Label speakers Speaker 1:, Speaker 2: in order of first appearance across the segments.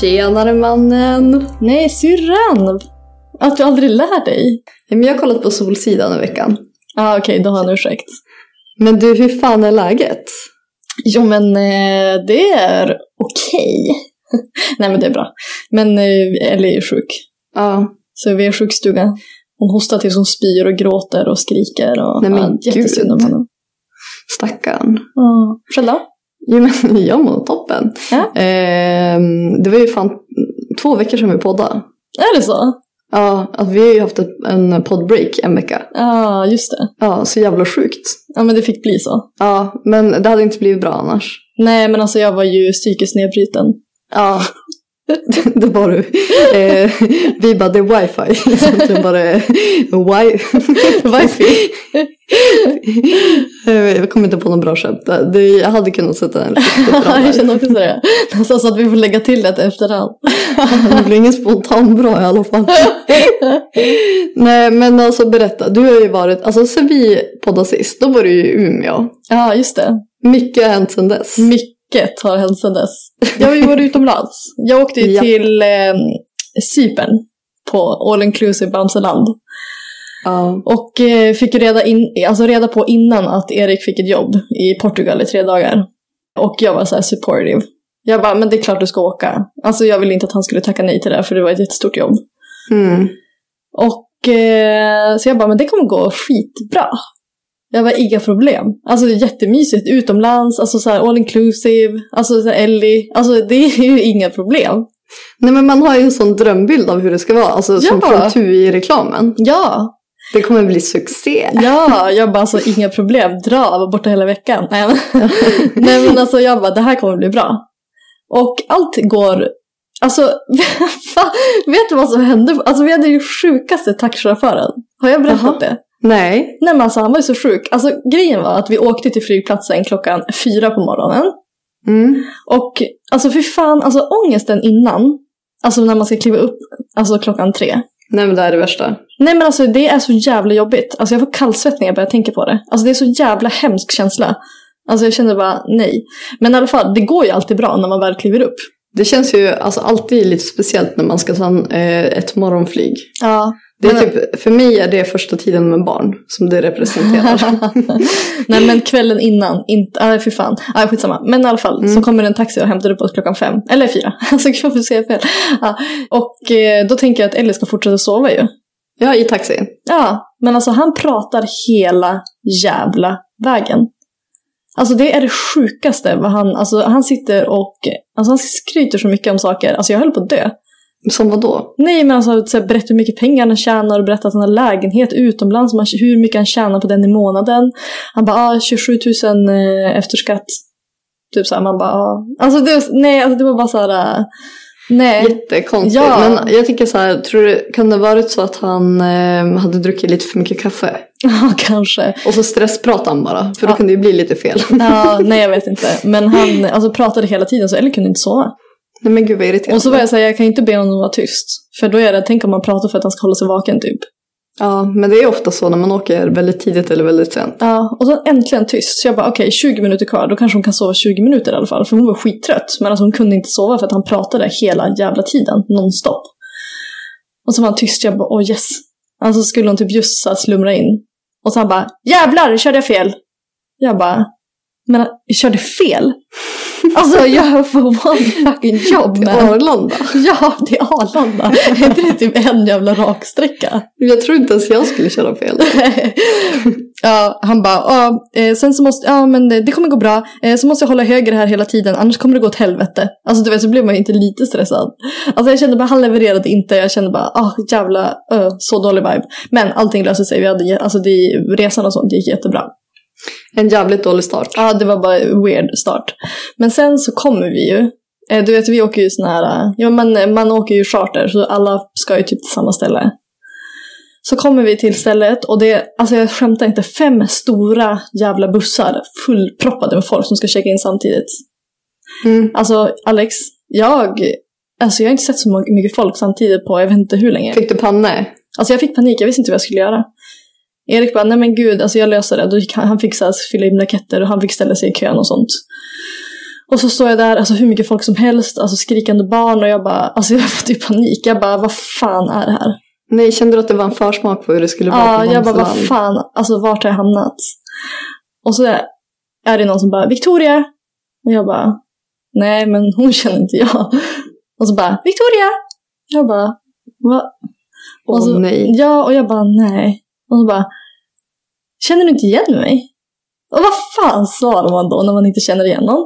Speaker 1: Tjenare mannen! Nej, syrran! Att du aldrig lär dig.
Speaker 2: Nej, Men jag har kollat på Solsidan i veckan.
Speaker 1: Ja, ah, okej, då har han ursäkt.
Speaker 2: Men du, hur fan är läget?
Speaker 1: Jo, men eh, det är okej. Nej, men det är bra. Men eh, Ellie är sjuk.
Speaker 2: Ja.
Speaker 1: Så vi är i sjukstugan. Hon hostar tills hon spyr och gråter och skriker. Och,
Speaker 2: Nej, men
Speaker 1: ja, jättesynd om
Speaker 2: gud.
Speaker 1: henne.
Speaker 2: Stackarn.
Speaker 1: Ja. Själv då?
Speaker 2: Jo, men jag mår toppen.
Speaker 1: Ja.
Speaker 2: Ehm, det var ju fan två veckor sedan vi poddade.
Speaker 1: Är det så?
Speaker 2: Ja, att vi har ju haft ett- en poddbreak en vecka.
Speaker 1: Ja, just det.
Speaker 2: Ja, så jävla sjukt.
Speaker 1: Ja, men det fick bli så.
Speaker 2: Ja, men det hade inte blivit bra annars.
Speaker 1: Nej, men alltså jag var ju psykiskt nedbruten.
Speaker 2: Ja. Det var du. Eh, vi bara, det är wifi. Sen bara, eh, wi- wifi. Eh, Jag kommer inte på någon bra skämt. Eh, Det- Jag hade kunnat sätta en riktigt bra
Speaker 1: jag
Speaker 2: där.
Speaker 1: känner också det. Nästan så att vi får lägga till det efterhand.
Speaker 2: Det blir ingen spontan bra i alla fall. Nej men alltså berätta, du har ju varit, alltså sen vi poddade sist, då var du ju i Umeå.
Speaker 1: Ja, just det.
Speaker 2: Mycket har hänt sen dess.
Speaker 1: Mycket har hänt sedan dess. Jag har ju varit utomlands. Jag åkte ju
Speaker 2: Ja.
Speaker 1: till eh, Cypern på all inclusive Bamseland.
Speaker 2: Ja.
Speaker 1: Och eh, fick ju reda, in, alltså reda på innan att Erik fick ett jobb i Portugal i tre dagar. Och jag var så här supportive. Jag bara, men det är klart du ska åka. Alltså jag ville inte att han skulle tacka nej till det här, för det var ett jättestort jobb.
Speaker 2: Mm.
Speaker 1: Och eh, så jag bara, men det kommer gå skitbra. Jag var inga problem. Alltså det är jättemysigt. Utomlands, alltså så här all inclusive, alltså så här Ellie. Alltså det är ju inga problem.
Speaker 2: Nej men man har ju en sån drömbild av hur det ska vara, alltså som
Speaker 1: Ja.
Speaker 2: från Tui i reklamen.
Speaker 1: Ja,
Speaker 2: Det kommer bli succé.
Speaker 1: ja, jag bara alltså inga problem. Dra, var borta hela veckan. Nej men, Nej, men alltså jag bara, det här kommer bli bra. Och allt går, alltså fan, vet du vad som hände? Alltså vi hade ju sjukaste taxichauffören. Har jag berättat
Speaker 2: Jaha.
Speaker 1: det?
Speaker 2: Nej.
Speaker 1: Nej men alltså han var ju så sjuk. Alltså grejen var att vi åkte till flygplatsen klockan fyra på morgonen.
Speaker 2: Mm.
Speaker 1: Och alltså fy fan, alltså ångesten innan. Alltså när man ska kliva upp, alltså klockan tre.
Speaker 2: Nej men det här är det värsta.
Speaker 1: Nej men alltså det är så jävla jobbigt. Alltså jag får kallsvett när jag börjar tänka på det. Alltså det är så jävla hemsk känsla. Alltså jag känner bara nej. Men i alla fall, det går ju alltid bra när man väl kliver upp.
Speaker 2: Det känns ju alltså, alltid lite speciellt när man ska ta en, eh, ett morgonflyg.
Speaker 1: Ja.
Speaker 2: Det är
Speaker 1: Men-
Speaker 2: typ, för mig är det första tiden med barn som det representerar.
Speaker 1: Nej men kvällen innan, inte, nej fy fan. Ah, skitsamma. Men i alla fall så kommer en taxi och hämtar upp oss klockan fem. Eller fyra. Alltså gud, varför säger jag fel? Ja. Och eh, då tänker jag att Ellie ska fortsätta sova ju.
Speaker 2: ja, i taxi.
Speaker 1: Ja, men alltså han pratar hela jävla vägen. Alltså det är det sjukaste vad han, alltså han sitter och, alltså han skryter så mycket om saker, alltså jag höll på att dö.
Speaker 2: Som vad då?
Speaker 1: Nej men alltså så här, berätta hur mycket pengar han tjänar och berätta att han har lägenhet utomlands, man- hur mycket han tjänar på den i månaden. Han bara ah, 27 000 eh, efter skatt. Typ såhär man bara ah. Alltså det, var- nej, alltså, det var bara såhär. Nej.
Speaker 2: Jättekonstigt.
Speaker 1: Ja.
Speaker 2: Men jag tänker så här, tror du, kan det ha varit så att han eh, hade druckit lite för mycket kaffe?
Speaker 1: Ja, kanske.
Speaker 2: Och så stresspratade han bara, för då
Speaker 1: Ja.
Speaker 2: kunde det ju bli lite fel.
Speaker 1: Ja, nej jag vet inte. Men han alltså, pratade hela tiden så Ellie kunde inte sova.
Speaker 2: Nej men gud vad irriterande.
Speaker 1: Och så var jag såhär, jag kan inte be honom vara tyst. För då är det, tänk om man pratar för att han ska hålla sig vaken typ.
Speaker 2: Ja, men det är ofta så när man åker väldigt tidigt eller väldigt sent.
Speaker 1: Ja, och så äntligen tyst. Så jag bara, okej 20 minuter kvar, då kanske hon kan sova 20 minuter i alla fall. För hon var skittrött. Men alltså hon kunde inte sova för att han pratade hela jävla tiden, nonstop. Och så var han tyst, jag bara, åh yes. Alltså skulle hon typ just så här slumra in. Och så han bara, jävlar körde jag fel! Jag bara, men jag körde fel? Alltså jag får one fucking job man.
Speaker 2: Arlanda.
Speaker 1: Ja, det är Arlanda. Är inte det typ en jävla raksträcka?
Speaker 2: Jag tror inte ens jag skulle köra fel.
Speaker 1: ja, han bara, ja, eh, sen så måste, ja men det, det kommer gå bra. Eh, så måste jag hålla höger här hela tiden, annars kommer det gå åt helvete. Alltså du vet, så blev man ju inte lite stressad. Alltså jag kände bara, han levererade inte. Jag kände bara, ah jävla, ö, så dålig vibe. Men allting löste sig. Vi hade, ge- alltså det, resan och sånt gick jättebra.
Speaker 2: En jävligt dålig start.
Speaker 1: Ja, det var bara en weird start. Men sen så kommer vi ju. Eh, Du vet, vi åker ju sån här... eh, Ja, man, man åker ju charter, så alla ska ju typ till samma ställe. Så kommer vi till stället och det alltså jag skämtar inte, fem stora jävla bussar fullproppade med folk som ska checka in samtidigt.
Speaker 2: Mm.
Speaker 1: Alltså Alex, jag, alltså jag har inte sett så må- mycket folk samtidigt på jag vet inte hur länge.
Speaker 2: Fick du panne?
Speaker 1: Alltså jag fick panik, jag visste inte vad jag skulle göra. Erik bara, nej men gud, alltså jag löser det. Då gick han, han fick så här, fylla i blanketter och han fick ställa sig i kön och sånt. Och så står jag där, alltså hur mycket folk som helst, alltså skrikande barn och jag bara, alltså jag får typ panik. Jag bara, vad fan är det här?
Speaker 2: Nej, kände du att det var en försmak på hur det skulle vara
Speaker 1: Ja,
Speaker 2: på
Speaker 1: jag bara, vad
Speaker 2: Bamseland?
Speaker 1: fan, alltså vart har jag hamnat? Och så är det någon som bara, Victoria! Och jag bara, nej men hon känner inte jag. Och så bara, Victoria! Jag bara, vad?
Speaker 2: Åh
Speaker 1: Och så-
Speaker 2: nej.
Speaker 1: Ja, och jag bara nej. Och så bara, känner du inte igen mig? Och vad fan svarar man då när man inte känner igen någon?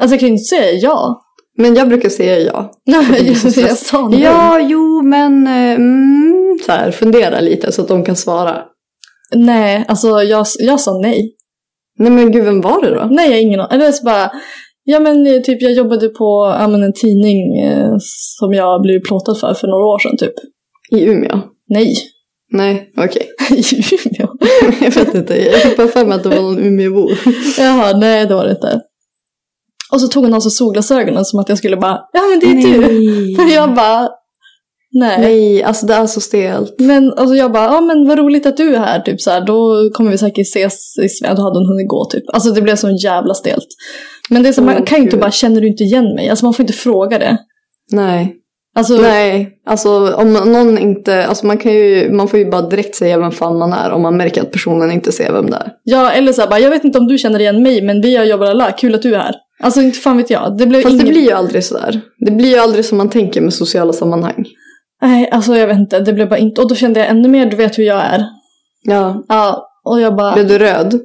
Speaker 1: Alltså jag kan ju inte säga ja.
Speaker 2: Men jag brukar säga ja. Mm.
Speaker 1: Nej,
Speaker 2: blir så
Speaker 1: jag, jag
Speaker 2: stressad.
Speaker 1: sa nej.
Speaker 2: Ja, jo, men eh, mm, så här, fundera lite så att de kan svara.
Speaker 1: Nej, alltså jag, jag sa nej.
Speaker 2: Nej men gud, vem var det då?
Speaker 1: Nej, jag har ingen aning. Eller så bara, ja men eh, typ jag jobbade på ja, men en tidning eh, som jag blev plåtad för för några år sedan typ.
Speaker 2: I Umeå?
Speaker 1: Nej,
Speaker 2: Nej, okej.
Speaker 1: i Umeå.
Speaker 2: jag vet inte, jag fick bara för mig att det var någon Umeåbo.
Speaker 1: Jaha, nej det var det inte. Och så tog hon av sig solglasögonen som att jag skulle bara, ja men det är du. Men
Speaker 2: Nej.
Speaker 1: jag bara, nej.
Speaker 2: Nej, alltså det är så stelt.
Speaker 1: Men alltså jag bara, ja men vad roligt att du är här, typ så här, då kommer vi säkert ses i Sverige. Då hade hon hunnit gå typ. Alltså det blev så jävla stelt. Men det är så, man
Speaker 2: Åh,
Speaker 1: kan ju inte
Speaker 2: gud.
Speaker 1: bara, känner du inte igen mig? Alltså man får inte fråga det.
Speaker 2: Nej.
Speaker 1: Alltså,
Speaker 2: Nej, alltså om någon inte, alltså man kan ju, man får ju bara direkt säga vem fan man är om man märker att personen inte ser vem det är.
Speaker 1: ja eller så här, bara, jag vet inte om du känner igen mig men vi har jobbat alla, kul att du är här. Alltså inte fan vet jag. Det blev
Speaker 2: Fast
Speaker 1: ingen...
Speaker 2: det blir ju aldrig sådär. Det blir ju aldrig som man tänker med sociala sammanhang.
Speaker 1: Nej, alltså jag vet inte, det blev bara inte. Och då kände jag ännu mer, du vet hur jag är.
Speaker 2: Ja.
Speaker 1: Ja, och jag bara,
Speaker 2: Blev du röd?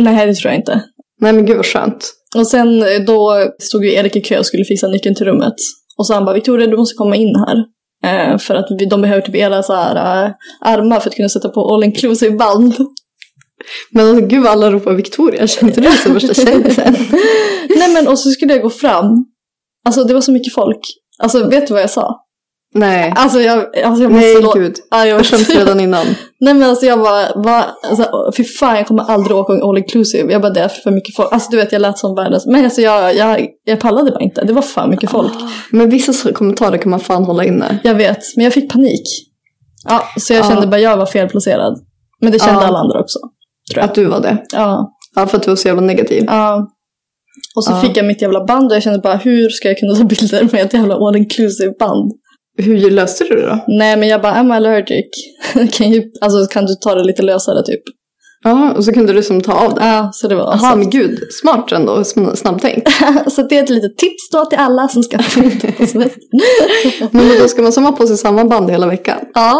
Speaker 1: nej det tror jag inte.
Speaker 2: Nej men gud vad skönt.
Speaker 1: Och sen eh, då stod ju Erik i kö och skulle fixa nyckeln till rummet. Och så han bara, Victoria du måste komma in här. Eh, för att vi, de behöver typ era så här, eh, armar för att kunna sätta på all inclusive band.
Speaker 2: Men alltså, gud vad alla ropar Victoria, kände du dig som värsta kändisen?
Speaker 1: Nej men och så skulle jag gå fram. Alltså det var så mycket folk. Alltså vet du vad jag sa?
Speaker 2: Nej.
Speaker 1: Alltså jag, alltså, jag måste
Speaker 2: Nej
Speaker 1: lå-
Speaker 2: gud.
Speaker 1: Ja, jag
Speaker 2: Jag skäms
Speaker 1: var
Speaker 2: redan innan.
Speaker 1: Nej men alltså jag bara, va? Alltså, fy fan jag kommer aldrig åka all inclusive. Jag bara det är för mycket folk. Alltså du vet jag lät som världens. Men alltså jag, jag, jag pallade bara inte. Det var för
Speaker 2: Ah.
Speaker 1: mycket folk.
Speaker 2: Men vissa så- kommentarer kan man fan hålla inne.
Speaker 1: Jag vet, men jag fick panik. Ja, så jag
Speaker 2: Ja.
Speaker 1: kände bara jag var felplacerad. Men det kände
Speaker 2: Ja.
Speaker 1: alla andra också.
Speaker 2: Att du var det.
Speaker 1: Ja,
Speaker 2: Ja, för att du var så jävla negativ.
Speaker 1: ja. Och så
Speaker 2: Ja.
Speaker 1: fick jag mitt jävla band och jag kände bara hur ska jag kunna ta bilder med ett jävla all inclusive band?
Speaker 2: Hur löste du det då?
Speaker 1: Nej men jag bara I'm allergic. kan, ju, alltså, kan du ta det lite lösare typ?
Speaker 2: Ja, och så kunde du som ta av det.
Speaker 1: Ja, så det var
Speaker 2: Jaha, men gud. Smart ändå. sm- Snabbtänkt.
Speaker 1: så. så det är ett litet tips då till alla som ska på semester.
Speaker 2: Men då ska man som ha på sig samma band hela veckan.
Speaker 1: Ja,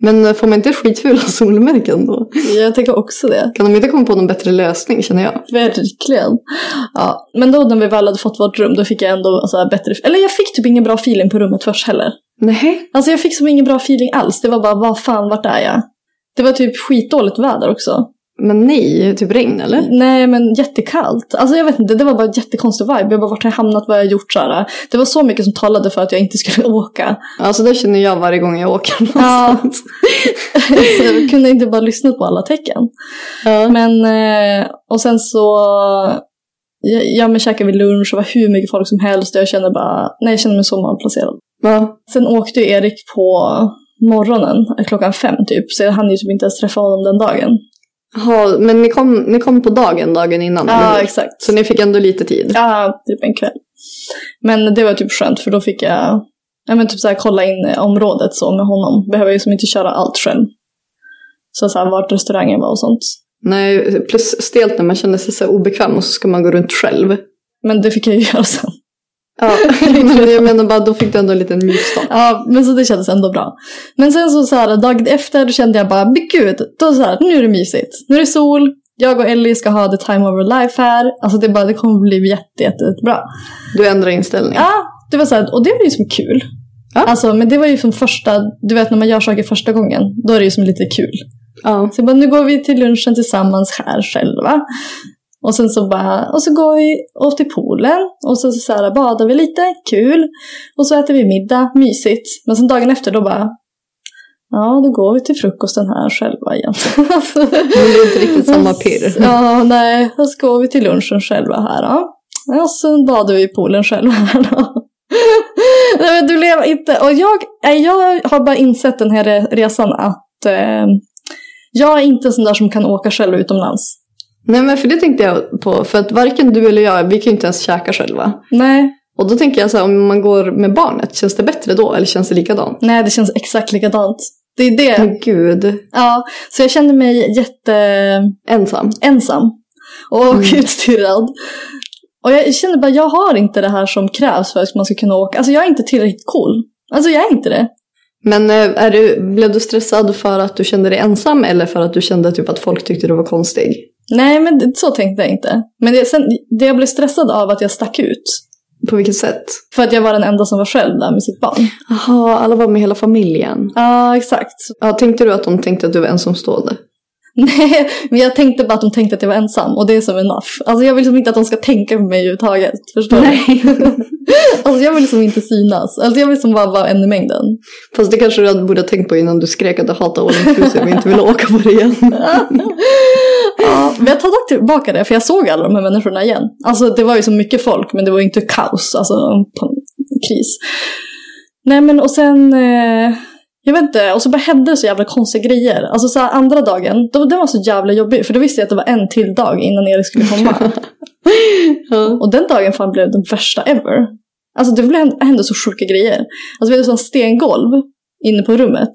Speaker 2: Men eh, får man inte skitfula solmärken då?
Speaker 1: jag tänker också det.
Speaker 2: Kan de inte komma på någon bättre lösning känner jag?
Speaker 1: Verkligen. Ja. Men då när vi väl hade fått vårt rum, då fick jag ändå så här, bättre... Eller jag fick typ ingen bra feeling på rummet först heller.
Speaker 2: Nej.
Speaker 1: Alltså jag fick som ingen bra feeling alls. Det var bara, vad fan, vart är jag? Det var typ skitdåligt väder också.
Speaker 2: Men nej, typ regn eller?
Speaker 1: Nej men jättekallt. Alltså jag vet inte, det var bara ett jättekonstig vibe. Jag bara vart har jag hamnat, vad har jag gjort så här. Det var så mycket som talade för att jag inte skulle åka.
Speaker 2: Alltså det känner jag varje gång jag åker någonstans.
Speaker 1: så jag kunde inte bara lyssna på alla tecken.
Speaker 2: Ja.
Speaker 1: Men, eh, och sen så, ja, ja men käkade vi lunch och var hur mycket folk som helst och jag kände bara, nej jag kände mig så malplacerad.
Speaker 2: Ja.
Speaker 1: Sen åkte ju Erik på morgonen, klockan fem typ, så jag hann ju typ inte ens träffa honom den dagen.
Speaker 2: Ja, men ni kom, ni kom på dagen, dagen innan?
Speaker 1: Ja,
Speaker 2: eller?
Speaker 1: exakt.
Speaker 2: Så ni fick ändå lite tid?
Speaker 1: Ja, typ en kväll. Men det var typ skönt för då fick jag ja, men typ så här, kolla in området så med honom. Behöver ju som inte köra allt själv. Så, så här, vart restaurangen var och sånt.
Speaker 2: Nej, plus stelt när man känner sig så här obekväm och så ska man gå runt själv.
Speaker 1: Men det fick jag ju göra sen.
Speaker 2: Ja, men jag menar bara då fick du ändå en liten mjukstart.
Speaker 1: Ja, men så det kändes ändå bra. Men sen så, så här, dagen efter då kände jag bara, men gud, då så här, nu är det mysigt. Nu är det sol, jag och Ellie ska ha the time of our life här. Alltså det, är bara, det kommer bli jätte, jätte, jättebra.
Speaker 2: Du ändrar inställning.
Speaker 1: Ja, det var så här, och det var ju som kul.
Speaker 2: Ja.
Speaker 1: Alltså, men det var ju som första, du vet när man gör saker första gången, då är det ju som lite kul.
Speaker 2: Ja.
Speaker 1: Så jag bara, nu går vi till lunchen tillsammans här själva. Och sen så bara, och så går vi och till poolen och så, så, så här, badar vi lite, kul. Och så äter vi middag, mysigt. Men sen dagen efter då bara, ja då går vi till frukosten här själva igen.
Speaker 2: Men det är inte riktigt samma pirr.
Speaker 1: Mm. Ja, nej. Och så går vi till lunchen själva här då. Och sen badar vi i poolen själva här då. Nej men du lever inte. Och jag, nej, jag har bara insett den här re- resan att eh, jag är inte en sån där som kan åka själv utomlands.
Speaker 2: Nej men för det tänkte jag på, för att varken du eller jag, vi kan ju inte ens käka själva.
Speaker 1: Nej,
Speaker 2: Och då tänker jag så här, om man går med barnet, känns det bättre då eller känns det likadant?
Speaker 1: nej det känns exakt likadant. Det är det.
Speaker 2: Men gud,
Speaker 1: Ja, så jag kände mig jätteensam
Speaker 2: ensam.
Speaker 1: och
Speaker 2: Mm.
Speaker 1: utstirrad. Och jag kände bara, jag har inte det här som krävs för att man ska kunna åka. Alltså jag är inte tillräckligt cool. Alltså jag är inte det.
Speaker 2: Men eh, är du, blev du stressad för att du kände dig ensam eller för att du kände typ att folk tyckte du var konstig?
Speaker 1: Nej, men det- så tänkte jag inte. Men det, sen, det jag blev stressad av att jag stack ut.
Speaker 2: På vilket sätt?
Speaker 1: För att jag var den enda som var själv där med sitt barn.
Speaker 2: Jaha, alla var med hela familjen.
Speaker 1: Ja, exakt.
Speaker 2: Ja, tänkte du att de tänkte att du var ensamstående?
Speaker 1: Nej, men jag tänkte bara att de tänkte att jag var ensam. Och det är som enough. Alltså jag vill liksom inte att de ska tänka på mig överhuvudtaget. Förstår du? Alltså jag vill liksom inte synas. Alltså jag vill liksom bara vara en i mängden.
Speaker 2: Fast det kanske du borde ha tänkt på innan du skrek att du hatar all inclusive och inte ville åka på det igen.
Speaker 1: Ja, men jag tar tillbaka det. För jag såg alla de här människorna igen. Alltså det var ju så mycket folk, men det var ju inte kaos. Alltså på en kris. Nej men och sen, eh, jag vet inte, och så bara hände det så jävla konstiga grejer. Alltså så här, andra dagen, då, den var så jävla jobbig för då visste jag att det var en till dag innan Erik skulle komma.
Speaker 2: Ja.
Speaker 1: och den dagen fan blev den värsta ever. Alltså det blev, hände så sjuka grejer. Alltså vi hade sån stengolv inne på rummet.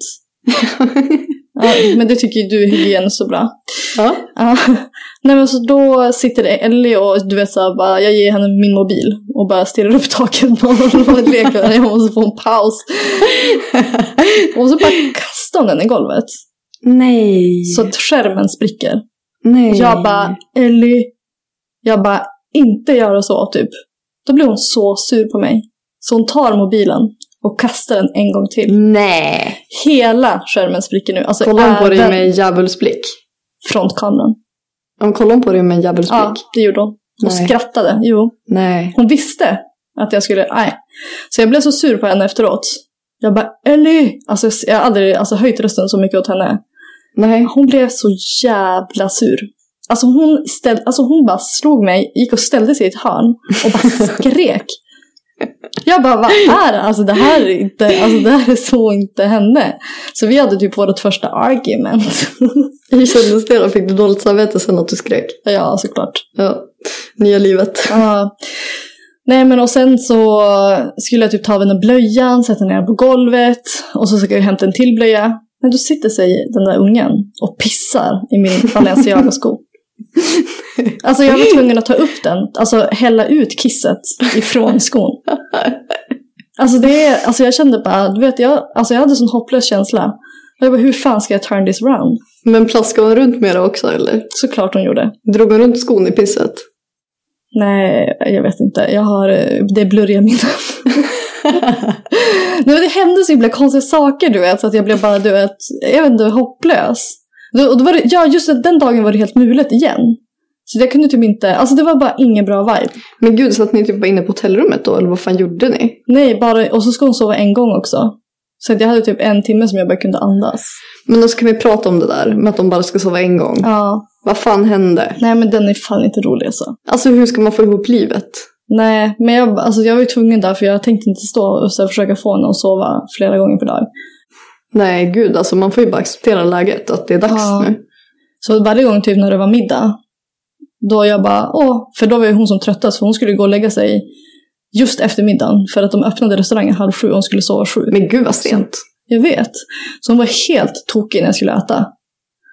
Speaker 1: ja, men det tycker ju du är hygien så bra.
Speaker 2: ja.
Speaker 1: Ja. Nej men så då sitter det Ellie och du vet såhär bara, jag ger henne min mobil och bara stirrar upp taket på honom och leker jag måste få en paus. Och så bara kastar hon den i golvet.
Speaker 2: Nej.
Speaker 1: Så att skärmen spricker.
Speaker 2: Nej.
Speaker 1: Jag bara, Ellie, jag bara, inte göra så typ. Då blir hon så sur på mig. Så hon tar mobilen och kastar den en gång till.
Speaker 2: Nej.
Speaker 1: Hela skärmen spricker nu. Alltså
Speaker 2: Kollade hon på dig
Speaker 1: även
Speaker 2: med en djävulsblick?
Speaker 1: frontkameran.
Speaker 2: Ja, men Kollade hon på dig med en djävulsblick?
Speaker 1: Ja, det gjorde hon. Hon
Speaker 2: Nej.
Speaker 1: skrattade. Jo.
Speaker 2: Nej.
Speaker 1: Hon visste att jag skulle, nej. Så jag blev så sur på henne efteråt. Jag bara Ellie! Alltså jag har aldrig alltså, höjt rösten så mycket åt henne.
Speaker 2: Nej.
Speaker 1: Hon blev så jävla sur. Alltså hon, ställ, alltså hon bara slog mig, gick och ställde sig i ett hörn och bara skrek. Jag bara, vad är det? Alltså det här är inte, alltså det här är så inte henne. Så vi hade typ vårt första argument.
Speaker 2: Hur kändes det då? Fick du dåligt samvete sen att du skrek?
Speaker 1: ja, såklart.
Speaker 2: Ja. Nya livet.
Speaker 1: Ja. Nej men och sen så skulle jag typ ta av henne blöjan, sätta ner den på golvet och så ska jag hämta en till blöja. Men då sitter sig den där ungen och pissar i min Balenciaga-sko. Alltså jag var tvungen att ta upp den, alltså hälla ut kisset ifrån skon. Alltså det är, alltså jag kände bara, du vet jag, alltså jag hade sån hopplös känsla. Och jag bara, hur fan ska jag turn this round?
Speaker 2: Men plaskade hon runt med det också eller?
Speaker 1: Såklart hon gjorde.
Speaker 2: Drog hon runt skon i pisset?
Speaker 1: Nej, jag vet inte. Jag har, eh, det är blurriga minnen. Nej, men det hände så himla konstiga saker du vet, så att jag blev bara du vet, jag vet inte, hopplös. Då, och då var det, ja, just det, den dagen var det helt mulet igen. Så jag kunde typ inte, alltså det var bara ingen bra vibe.
Speaker 2: Men gud, satt ni typ bara inne på hotellrummet då? Eller vad fan gjorde ni?
Speaker 1: Nej, bara, och så ska hon sova en gång också. Så att jag hade typ en timme som jag bara kunde andas.
Speaker 2: Men då ska vi prata om det där med att de bara ska sova en gång.
Speaker 1: Ja,
Speaker 2: Vad fan hände?
Speaker 1: nej men den är fan inte rolig alltså.
Speaker 2: Alltså hur ska man få ihop livet?
Speaker 1: Nej, men jag, alltså jag var ju tvungen där för jag tänkte inte stå och så här försöka få henne att sova flera gånger per dag.
Speaker 2: Nej gud, alltså man får ju bara acceptera läget att det är dags
Speaker 1: Ja.
Speaker 2: nu.
Speaker 1: Så varje gång typ när det var middag, då jag bara åh, för då var ju hon som tröttast för hon skulle gå och lägga sig just efter middagen för att de öppnade restaurangen halv sju och hon skulle sova sju.
Speaker 2: Men gud vad sent.
Speaker 1: Jag vet. Så hon var helt tokig när jag skulle äta.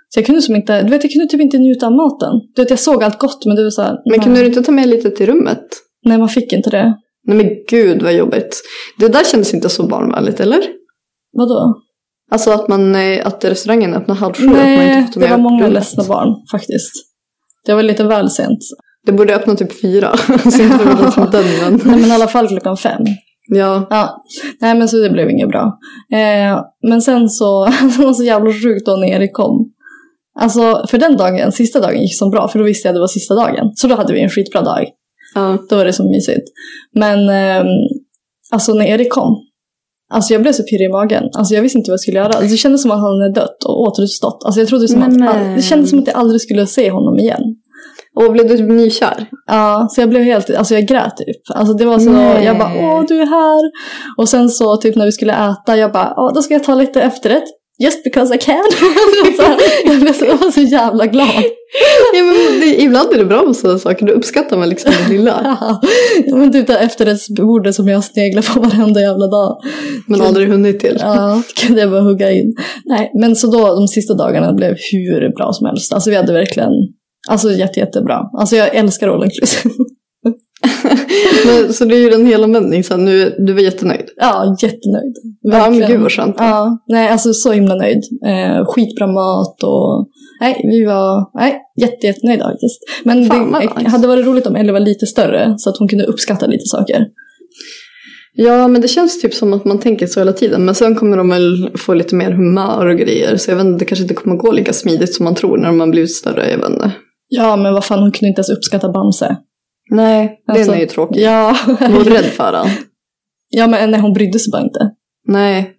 Speaker 1: Så jag kunde som inte, du vet jag kunde typ inte njuta av maten. Du vet jag såg allt gott men det var såhär,
Speaker 2: Men kunde du inte ta med lite till rummet?
Speaker 1: nej man fick inte det.
Speaker 2: Nej men gud vad jobbigt. Det där kändes inte så barnvänligt eller?
Speaker 1: Vadå?
Speaker 2: Alltså att, man, eh, att restaurangen öppnar halv sju. och att man
Speaker 1: nej,
Speaker 2: får ta
Speaker 1: det
Speaker 2: med
Speaker 1: var många
Speaker 2: rummet.
Speaker 1: ledsna barn faktiskt. Det var lite väl sent.
Speaker 2: Det borde öppna typ fyra. så inte det var som den men.
Speaker 1: Nej men i alla fall klockan fem.
Speaker 2: Ja.
Speaker 1: Ja, nej men så det blev inget bra. Eh, men sen så, det var så jävla sjukt då när Erik kom. Alltså för den dagen, sista dagen gick som bra för då visste jag att det var sista dagen. Så då hade vi en skitbra dag.
Speaker 2: ja.
Speaker 1: Då var det så mysigt. Men ehm, alltså när Erik kom, alltså jag blev så pirrig i magen. Alltså jag visste inte vad jag skulle göra. Alltså, det kändes som att han hade dött och återuppstått. Alltså jag trodde som
Speaker 2: Men,
Speaker 1: att,
Speaker 2: men.
Speaker 1: det kändes som att jag aldrig skulle se honom igen.
Speaker 2: Och blev du typ nykär?
Speaker 1: Ja, så jag blev helt, alltså jag grät typ. Alltså det var så,
Speaker 2: Nej.
Speaker 1: jag bara åh du är här. Och sen så typ när vi skulle äta, jag bara åh då ska jag ta lite efterrätt. Just because I can. så, här, jag, blev så, jag var så jävla glad.
Speaker 2: Ja, men det, ibland är det bra med sådana saker. Då uppskattar man liksom det lilla.
Speaker 1: Ja, men typ det här efterrättsbordet som jag sneglar på varenda jävla dag.
Speaker 2: Men aldrig hunnit till.
Speaker 1: Ja, då kunde jag bara hugga in. Nej, men så då de sista dagarna blev hur bra som helst. Alltså vi hade verkligen, alltså jätte, jättebra. Alltså jag älskar all inclusive.
Speaker 2: Men, så det är ju en hel omvändning. Så nu, du var jättenöjd.
Speaker 1: Ja, jättenöjd.
Speaker 2: Ja men
Speaker 1: Verkligen.
Speaker 2: gud vad skönt.
Speaker 1: Ja, nej alltså så himla nöjd. Eh, skitbra mat och nej, vi var nej, jätte, jättenöjda faktiskt. Men
Speaker 2: Fan, vad
Speaker 1: det
Speaker 2: nice.
Speaker 1: hade varit roligt om Ellie var lite större så att hon kunde uppskatta lite saker.
Speaker 2: Ja men det känns typ som att man tänker så hela tiden. Men sen kommer de väl få lite mer humör och grejer. Så jag vet inte, det kanske inte kommer gå lika smidigt som man tror när man blivit större. Jag vet inte.
Speaker 1: Ja, men vad fan, hon kunde inte ens uppskatta Bamse.
Speaker 2: Nej, den
Speaker 1: Alltså,
Speaker 2: är ju tråkig.
Speaker 1: Ja,
Speaker 2: Jag var rädd för den.
Speaker 1: ja men nej, hon brydde sig bara inte.
Speaker 2: Nej.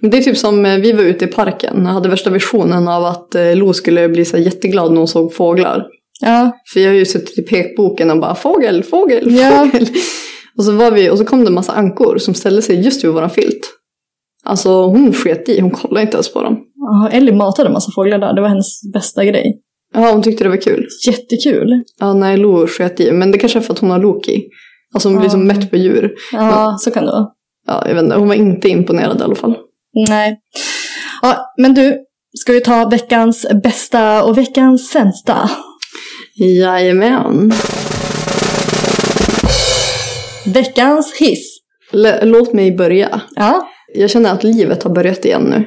Speaker 2: Men det är typ som eh, vi var ute i parken och hade värsta visionen av att eh, Lo skulle bli så här jätteglad när hon såg fåglar.
Speaker 1: Ja,
Speaker 2: För jag har ju suttit i pekboken och bara fågel, fågel,
Speaker 1: Ja.
Speaker 2: fågel. Och så, var vi, och så kom det en massa ankor som ställde sig just vid våran filt. Alltså hon sket i, hon kollade inte ens på dem.
Speaker 1: Ja, Ellie matade en massa fåglar där, det var hennes bästa grej.
Speaker 2: Ja, hon tyckte det var kul.
Speaker 1: Jättekul.
Speaker 2: Ja, nej, Lo sket i. Men det kanske är för att hon har Loki. Alltså hon blir
Speaker 1: Ja.
Speaker 2: så mätt på djur.
Speaker 1: Ja, så kan det vara.
Speaker 2: Ja, jag vet inte, hon var inte imponerad i alla fall.
Speaker 1: Nej. Ja, men du, ska vi ta veckans bästa och veckans sämsta?
Speaker 2: Jajamän.
Speaker 1: Veckans hiss.
Speaker 2: L- låt mig börja.
Speaker 1: Ja.
Speaker 2: Jag känner att livet har börjat igen nu.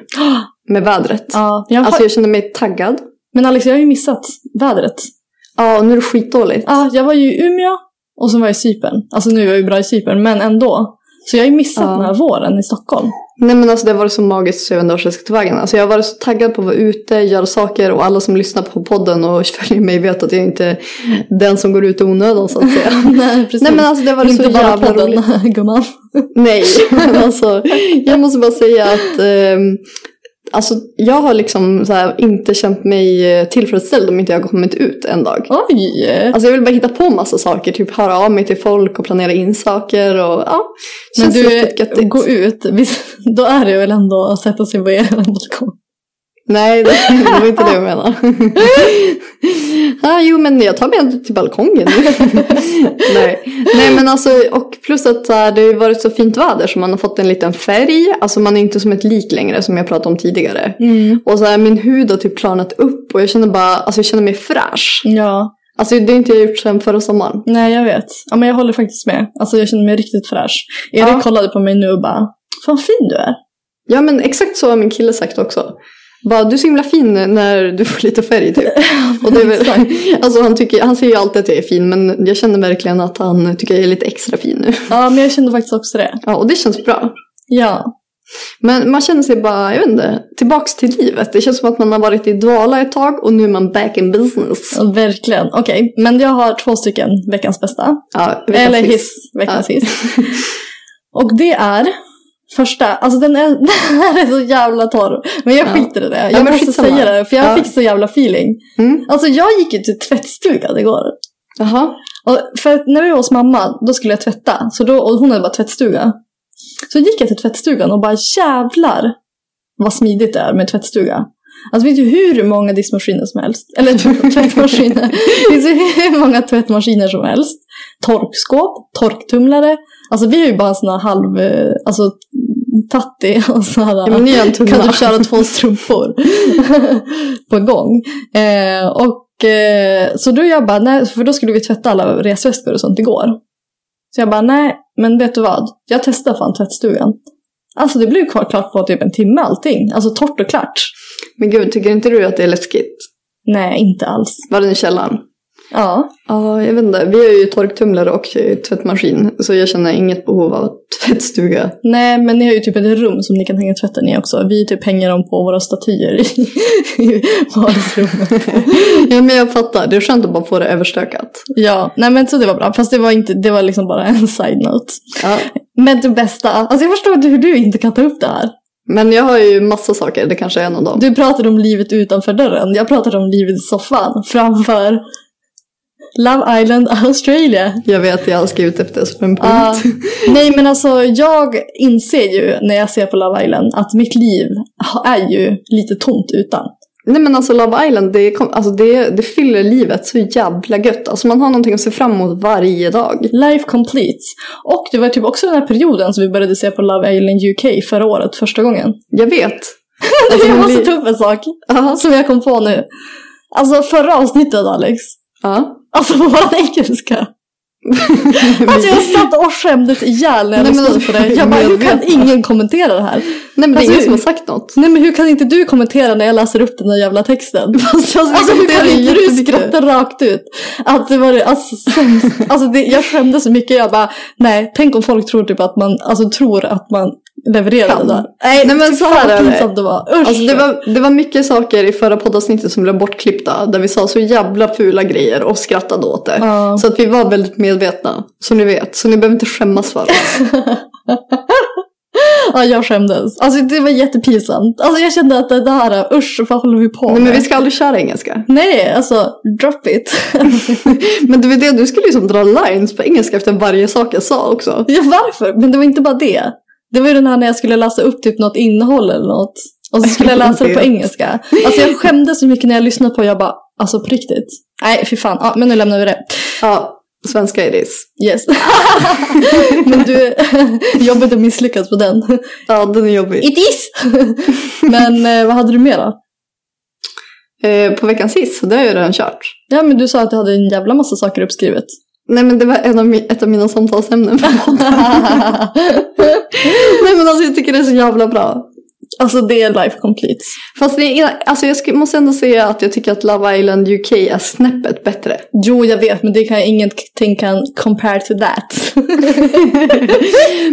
Speaker 2: Med vädret.
Speaker 1: Ja, jag har,
Speaker 2: Alltså jag känner mig taggad.
Speaker 1: men Alex, jag har ju missat vädret.
Speaker 2: Ja, nu är det skitdåligt.
Speaker 1: Ja, jag var ju i Umeå och sen var jag i Cypern. Alltså nu är jag ju bra i Cypern, men ändå. Så jag har ju missat
Speaker 2: Ja.
Speaker 1: den här våren i Stockholm.
Speaker 2: Nej men alltså det har varit så magiskt så jag vet inte vart jag ska ta vägen. Alltså jag har varit så taggad på att vara ute, göra saker och alla som lyssnar på podden och följer mig vet att jag inte är den som går ut i onödan så att säga.
Speaker 1: Nej, precis.
Speaker 2: Nej men alltså det har varit så
Speaker 1: inte bara
Speaker 2: jävla roligt.
Speaker 1: podden, gumman.
Speaker 2: Nej men alltså jag måste bara säga att ehm, alltså jag har liksom så här, inte känt mig eh, tillfredsställd om inte jag har kommit ut en dag.
Speaker 1: Oj!
Speaker 2: Alltså jag vill bara hitta på massa saker, typ höra av mig till folk och planera in saker och ja.
Speaker 1: men
Speaker 2: Känns
Speaker 1: du,
Speaker 2: riktigt göttigt.
Speaker 1: gå ut. Visst, då är det väl ändå att sätta sig på er balkong.
Speaker 2: Nej, det det var inte det jag menade. ah, jo, men jag tar mig ändå till balkongen. Nej. Nej, men alltså, och plus att så här, det har ju varit så fint väder så man har fått en liten färg. Alltså man är inte som ett lik längre som jag pratade om tidigare.
Speaker 1: Mm,
Speaker 2: Och så här, min hud har typ klarnat upp och jag känner bara, alltså jag känner mig fräsch.
Speaker 1: Ja,
Speaker 2: Alltså det har inte jag gjort sedan förra sommaren.
Speaker 1: nej jag vet. Ja, men jag håller faktiskt med. Alltså jag känner mig riktigt fräsch. Erik
Speaker 2: Ja.
Speaker 1: kollade på mig nu och bara, fan fin du är.
Speaker 2: Ja, men exakt så har min kille sagt också. Bara, du är så himla fin när du får lite färg typ. Och det är väl,
Speaker 1: Exakt.
Speaker 2: alltså, han, tycker, han säger ju alltid att jag är fin men jag känner verkligen att han tycker jag är lite extra fin nu.
Speaker 1: Ja, men jag kände faktiskt också det.
Speaker 2: Ja, och det känns bra.
Speaker 1: Ja.
Speaker 2: Men man känner sig bara, jag vet inte, tillbaks till livet. Det känns som att man har varit i dvala ett tag och nu är man back in business.
Speaker 1: Ja, Verkligen. Okej, men jag har två stycken veckans bästa.
Speaker 2: Ja,
Speaker 1: Eller
Speaker 2: veckans
Speaker 1: hiss, veckans
Speaker 2: Ja.
Speaker 1: hiss. Och det är första, alltså den, är, den här är så jävla torr. Men jag
Speaker 2: Ja.
Speaker 1: skiter i det. Jag
Speaker 2: men
Speaker 1: måste
Speaker 2: skitsamma.
Speaker 1: säga det, för jag
Speaker 2: Ja.
Speaker 1: fick så jävla feeling.
Speaker 2: Mm.
Speaker 1: Alltså jag gick ju till tvättstugan igår.
Speaker 2: Jaha.
Speaker 1: Och för att när vi var hos mamma, då skulle jag tvätta. Så då, och hon hade bara tvättstuga. Så gick jag till tvättstugan och bara jävlar vad smidigt det är med tvättstuga. Alltså det finns ju hur många diskmaskiner som helst. Eller tvättmaskiner. det finns ju hur många tvättmaskiner som helst. Torkskåp, torktumlare. Alltså vi har ju bara en sån här halv, eh, alltså tatti och sån här.
Speaker 2: Ja, men ni är en tunna.
Speaker 1: Kan du köra två strumpor på gång? Eh, och eh, så då jag bara, nej, för då skulle vi tvätta alla resväskor och sånt igår. Så jag bara, nej, men vet du vad? Jag testar fan tvättstugan. Alltså det blev kvar klart på typ en timme allting. Alltså torrt och klart.
Speaker 2: Men gud, tycker inte du att det är läskigt?
Speaker 1: Nej, inte alls.
Speaker 2: Var den i källaren?
Speaker 1: Ja,
Speaker 2: Ja, jag vet inte. Vi har ju torktumlare och eh, tvättmaskin. Så jag känner inget behov av tvättstuga.
Speaker 1: nej, men ni har ju typ ett rum som ni kan hänga tvätten i också. Vi typ hänger dem på våra statyer i i vardagsrummet.
Speaker 2: Ja, men jag fattar. Det är skönt att bara få det överstökat.
Speaker 1: Ja, nej men så det var bra. Fast det var inte, det var liksom bara en side note.
Speaker 2: Ja.
Speaker 1: Men det bästa, alltså jag förstår inte hur du inte kan ta upp det här.
Speaker 2: Men jag har ju massa saker. Det kanske är en av dem.
Speaker 1: Du pratade om livet utanför dörren, jag pratade om livet i soffan framför Love Island Australia.
Speaker 2: Jag vet, jag har skrivit upp det som en punkt.
Speaker 1: Ah, nej men alltså jag inser ju när jag ser på Love Island att mitt liv ha- är ju lite tomt utan.
Speaker 2: Nej men alltså Love Island, det, kom, alltså det, det fyller livet så jävla gött. Alltså man har någonting att se fram emot varje dag.
Speaker 1: Life completes. Och det var typ också den här perioden som vi började se på Love Island UK förra året första gången.
Speaker 2: Jag vet.
Speaker 1: Alltså, jag måste
Speaker 2: blir-
Speaker 1: ta upp en sak
Speaker 2: Ja.
Speaker 1: som jag kom på nu. Alltså förra avsnittet Alex,
Speaker 2: Ja.
Speaker 1: alltså på våran engelska. Alltså jag satt och skämdes ihjäl när jag
Speaker 2: Nej, men
Speaker 1: lyssnade på
Speaker 2: alltså,
Speaker 1: det. Jag bara, hur kan
Speaker 2: medveten.
Speaker 1: ingen kommentera det här?
Speaker 2: Nej men det är
Speaker 1: Alltså,
Speaker 2: ingen som har sagt något.
Speaker 1: Nej men hur kan inte du kommentera när jag läser upp den där jävla texten?
Speaker 2: Alltså,
Speaker 1: Alltså hur kan inte du skratta rakt ut? Att det var det, alltså sämst. Alltså det, jag skämdes så mycket. Jag bara, nej, tänk om folk tror typ att man, alltså tror att man levererar det
Speaker 2: Kan.
Speaker 1: där. Typ
Speaker 2: Nej, nej men så
Speaker 1: Fan
Speaker 2: här
Speaker 1: vad
Speaker 2: är det.
Speaker 1: pinsamt det var. Usch.
Speaker 2: Alltså det var, det var mycket saker i förra poddavsnittet som blev bortklippta. Där vi sa så jävla fula grejer och skrattade åt det.
Speaker 1: Ja.
Speaker 2: Så att vi var väldigt medvetna. Så ni vet. Så ni behöver inte skämmas för oss.
Speaker 1: Ja, jag skämdes. Alltså det var jättepinsamt. Alltså jag kände att det där, usch, vad håller vi på
Speaker 2: Nej men
Speaker 1: med?
Speaker 2: vi ska aldrig köra engelska.
Speaker 1: Nej, alltså drop it.
Speaker 2: Men det var det, du skulle liksom dra lines på engelska efter varje sak jag sa också.
Speaker 1: Ja, varför? Men det var inte bara det. Det var ju den här när jag skulle läsa upp typ något innehåll eller något. Och så skulle jag läsa det på
Speaker 2: Jag vet.
Speaker 1: engelska. Alltså jag skämdes så mycket när jag lyssnade på Jag bara, alltså på riktigt. Nej, fy fan. Ja, men nu lämnar vi det.
Speaker 2: Ja, svenska är this.
Speaker 1: Yes. men du, jobbet har misslyckats på den.
Speaker 2: Ja, den är jobbig.
Speaker 1: It is! men eh, vad hade du mer då?
Speaker 2: Eh, på veckans hiss, det har jag redan kört.
Speaker 1: Ja, men du sa att du hade en jävla massa saker uppskrivet.
Speaker 2: Nej men det var en av mi- ett av mina samtalsämnen. Nej men alltså jag tycker det är så jävla bra.
Speaker 1: alltså det är life completes.
Speaker 2: Fast det är, alltså jag sk- måste ändå säga att jag tycker att Love Island UK är snäppet bättre.
Speaker 1: Jo, jag vet, men det kan ingenting kan compare to that.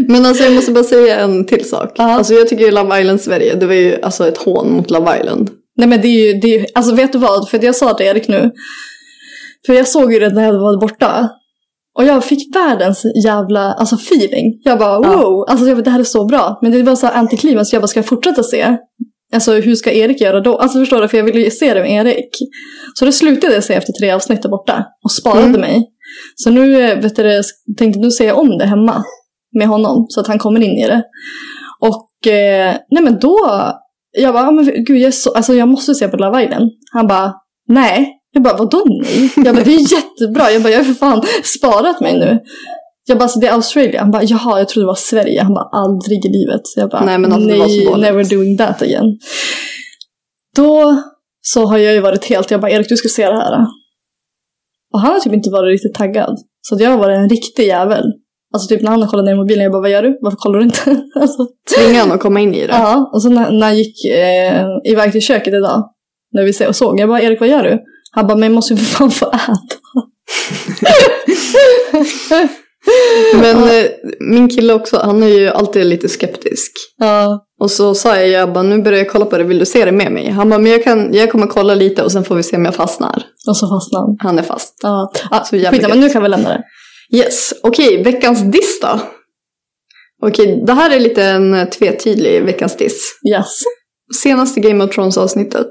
Speaker 2: Men alltså jag måste bara säga en till sak.
Speaker 1: Ja.
Speaker 2: Alltså jag tycker ju Love Island Sverige, det var ju alltså ett hån mot Love Island.
Speaker 1: Nej men det är ju, det är ju alltså vet du vad? För jag sa till Erik nu. För jag såg ju det när jag var borta. Och jag fick världens jävla alltså feeling. Jag bara
Speaker 2: Ja.
Speaker 1: wow, alltså jag bara, det här är så bra. Men det var så här antiklimax, jag bara ska jag fortsätta se? Alltså hur ska Erik göra då? Alltså förstår du, för jag ville ju se det med Erik. Så då slutade jag se efter tre avsnitt där borta och sparade
Speaker 2: Mm.
Speaker 1: mig. Så nu eh, vet du, det, tänkte nu ser jag om det hemma med honom så att han kommer in i det. Och eh, nej men då, jag bara, "Ja, men gud jag, är så, alltså, jag måste se på Love Island. Han bara, nej. Jag bara, vadå nej? Jag bara, det är jättebra. Jag bara, jag har för fan sparat mig nu. Jag bara, alltså, det är Australien. Han bara, jaha, jag trodde det var Sverige. Han bara, aldrig i livet. Så jag bara,
Speaker 2: Nej, men alltså, det
Speaker 1: nej,
Speaker 2: var så dåligt.
Speaker 1: never doing that again. Då så har jag ju varit helt, jag bara, Erik du ska se det här. Och han har typ inte varit riktigt taggad. Så att jag har varit en riktig jävel. Alltså typ när han har kollat ner i mobilen, jag bara, vad gör du? Varför kollar du inte? alltså,
Speaker 2: Tvinga honom att komma in i det.
Speaker 1: Ja, och så när, när han gick eh, iväg till köket idag, när vi se- såg, jag bara Erik vad gör du? Han bara, men jag måste ju för fan få äta.
Speaker 2: Men eh, min kille också, han är ju alltid lite skeptisk.
Speaker 1: Ja,
Speaker 2: Och så sa jag, jag bara, nu börjar jag kolla på det, vill du se det med mig? Han bara, men jag, kan, jag kommer kolla lite och sen får vi se om jag fastnar.
Speaker 1: Och så fastnade han.
Speaker 2: Han är fast.
Speaker 1: Ja. Ah,
Speaker 2: Så jävla
Speaker 1: skitsamma,
Speaker 2: gött.
Speaker 1: nu kan vi lämna det.
Speaker 2: Yes, okej, veckans diss då? Okej, det här är lite en eh, tvetydlig veckans diss.
Speaker 1: Yes.
Speaker 2: Senaste Game of Thrones avsnittet.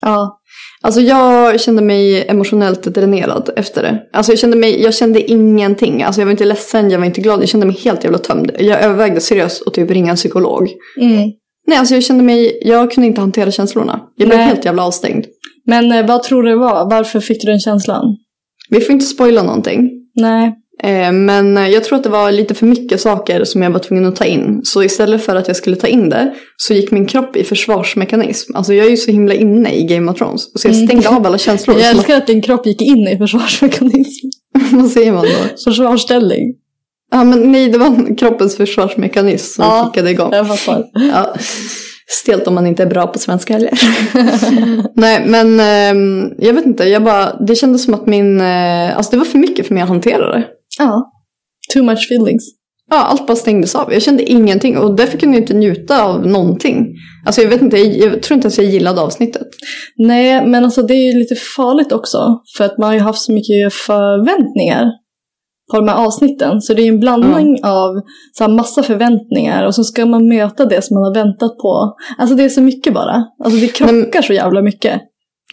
Speaker 2: Ja. Alltså jag kände mig emotionellt dränerad efter det. Alltså jag kände, mig, jag kände ingenting. Alltså jag var inte ledsen, jag var inte glad. Jag kände mig helt jävla tömd. Jag övervägde seriöst att typ ringa en psykolog.
Speaker 1: Mm.
Speaker 2: Nej, alltså jag kände mig, jag kunde inte hantera känslorna. Jag blev
Speaker 1: Nej.
Speaker 2: helt jävla avstängd.
Speaker 1: Men eh, vad tror du det var? Varför fick du den känslan?
Speaker 2: Vi får inte spoila någonting.
Speaker 1: Nej.
Speaker 2: Eh, Men jag tror att det var lite för mycket saker som jag var tvungen att ta in. Så istället för att jag skulle ta in det så gick min kropp i försvarsmekanism. Alltså jag är ju så himla inne i Game of Thrones. Så jag
Speaker 1: Mm.
Speaker 2: stängde av alla känslor.
Speaker 1: Jag
Speaker 2: som att-
Speaker 1: älskar att din kropp gick in i försvarsmekanism.
Speaker 2: Vad säger man då?
Speaker 1: Försvarsställning.
Speaker 2: Ja men nej, det var kroppens försvarsmekanism som
Speaker 1: Ja.
Speaker 2: kickade igång.
Speaker 1: Jag fattar.
Speaker 2: Ja. Stelt om man inte är bra på svenska heller. Nej men ehm, jag vet inte, jag bara, det kändes som att min, eh, alltså det var för mycket för mig att hantera det.
Speaker 1: Ja. Too much feelings.
Speaker 2: Ja, allt bara stängdes av. Jag kände ingenting och därför kunde jag inte njuta av någonting. Alltså jag vet inte, jag, jag tror inte ens jag gillade avsnittet.
Speaker 1: Nej, men alltså det är ju lite farligt också. För att man har ju haft så mycket förväntningar på de här avsnitten. Så det är ju en blandning
Speaker 2: Mm.
Speaker 1: av så här, massa förväntningar och så ska man möta det som man har väntat på. Alltså det är så mycket bara. Alltså det krockar så jävla mycket.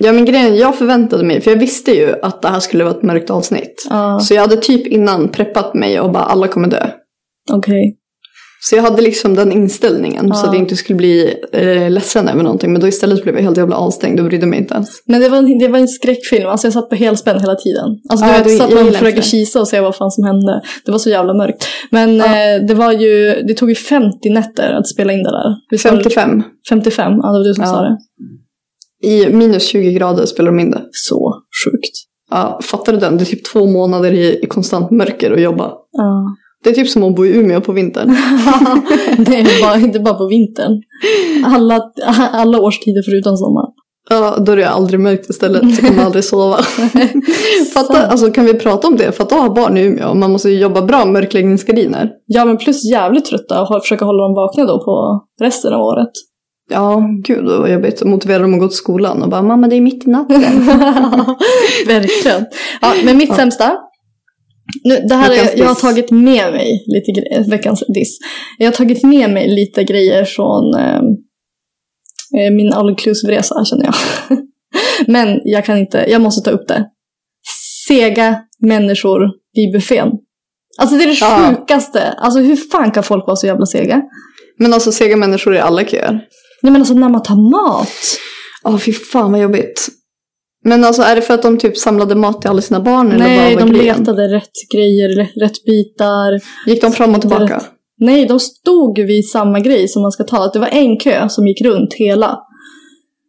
Speaker 2: Ja men grejen, jag förväntade mig, för jag visste ju att det här skulle vara ett mörkt avsnitt.
Speaker 1: Ja,
Speaker 2: Så jag hade typ innan preppat mig och bara alla kommer dö.
Speaker 1: okej.
Speaker 2: Så jag hade liksom den inställningen så
Speaker 1: Ja.
Speaker 2: att jag inte skulle bli eh, ledsen över någonting. Men då istället blev jag helt jävla avstängd och brydde mig inte ens.
Speaker 1: Men det var, en, det var en skräckfilm, alltså jag satt på helspänn hela tiden. Alltså du
Speaker 2: Ja,
Speaker 1: vet,
Speaker 2: det-
Speaker 1: satt
Speaker 2: jag
Speaker 1: man och
Speaker 2: gillar
Speaker 1: försökte
Speaker 2: inte det.
Speaker 1: kisa och se vad fan som hände. Det var så jävla mörkt. Men eh, det var ju, det tog ju 50 nätter att spela in det där. Visst var det-
Speaker 2: 55.
Speaker 1: 55, ja det var du som
Speaker 2: Ja.
Speaker 1: sa det.
Speaker 2: I minus 20 grader spelar de in det.
Speaker 1: Så sjukt.
Speaker 2: Ja, fattar du den? Det är typ två månader i, i konstant mörker och jobba.
Speaker 1: Ja.
Speaker 2: Det är typ som att bo i Umeå på vintern.
Speaker 1: det är bara, inte bara på vintern. Alla, alla årstider förutom sommaren.
Speaker 2: Ja, då är det aldrig mörkt istället. Så kommer jag aldrig sova. Fatta, alltså kan vi prata om det? Fatta att ha barn i Umeå. Man måste ju jobba bra med mörkläggningsgardiner.
Speaker 1: Ja men plus jävligt trötta och ha- försöka hålla dem vakna då på resten av året.
Speaker 2: Ja, gud vad jobbigt. Motivera dem att gå till skolan och bara mamma det är mitt i natten.
Speaker 1: Verkligen. Ja, men mitt
Speaker 2: Ja.
Speaker 1: sämsta. Nu, det här
Speaker 2: Veckans
Speaker 1: är, jag har
Speaker 2: diss.
Speaker 1: tagit med mig lite grejer, veckans diss. Jag har tagit med mig lite grejer från ehm, eh, min all inclusive-resa känner jag. men jag kan inte, jag måste ta upp det. Sega människor vid buffén. Alltså det är det
Speaker 2: Ja.
Speaker 1: sjukaste. Alltså hur fan kan folk vara så jävla sega?
Speaker 2: Men alltså sega människor i alla köer.
Speaker 1: Nej men alltså när man tar mat.
Speaker 2: Ja, fy fan vad jobbigt. Men alltså är det för att de typ samlade mat till alla sina barn? eller
Speaker 1: Nej,
Speaker 2: vad var
Speaker 1: de
Speaker 2: grejen?
Speaker 1: letade rätt grejer, rätt- rätt bitar.
Speaker 2: Gick de fram och tillbaka?
Speaker 1: Nej, de stod vid samma grej som man ska ta. Att Det var en kö som gick runt hela.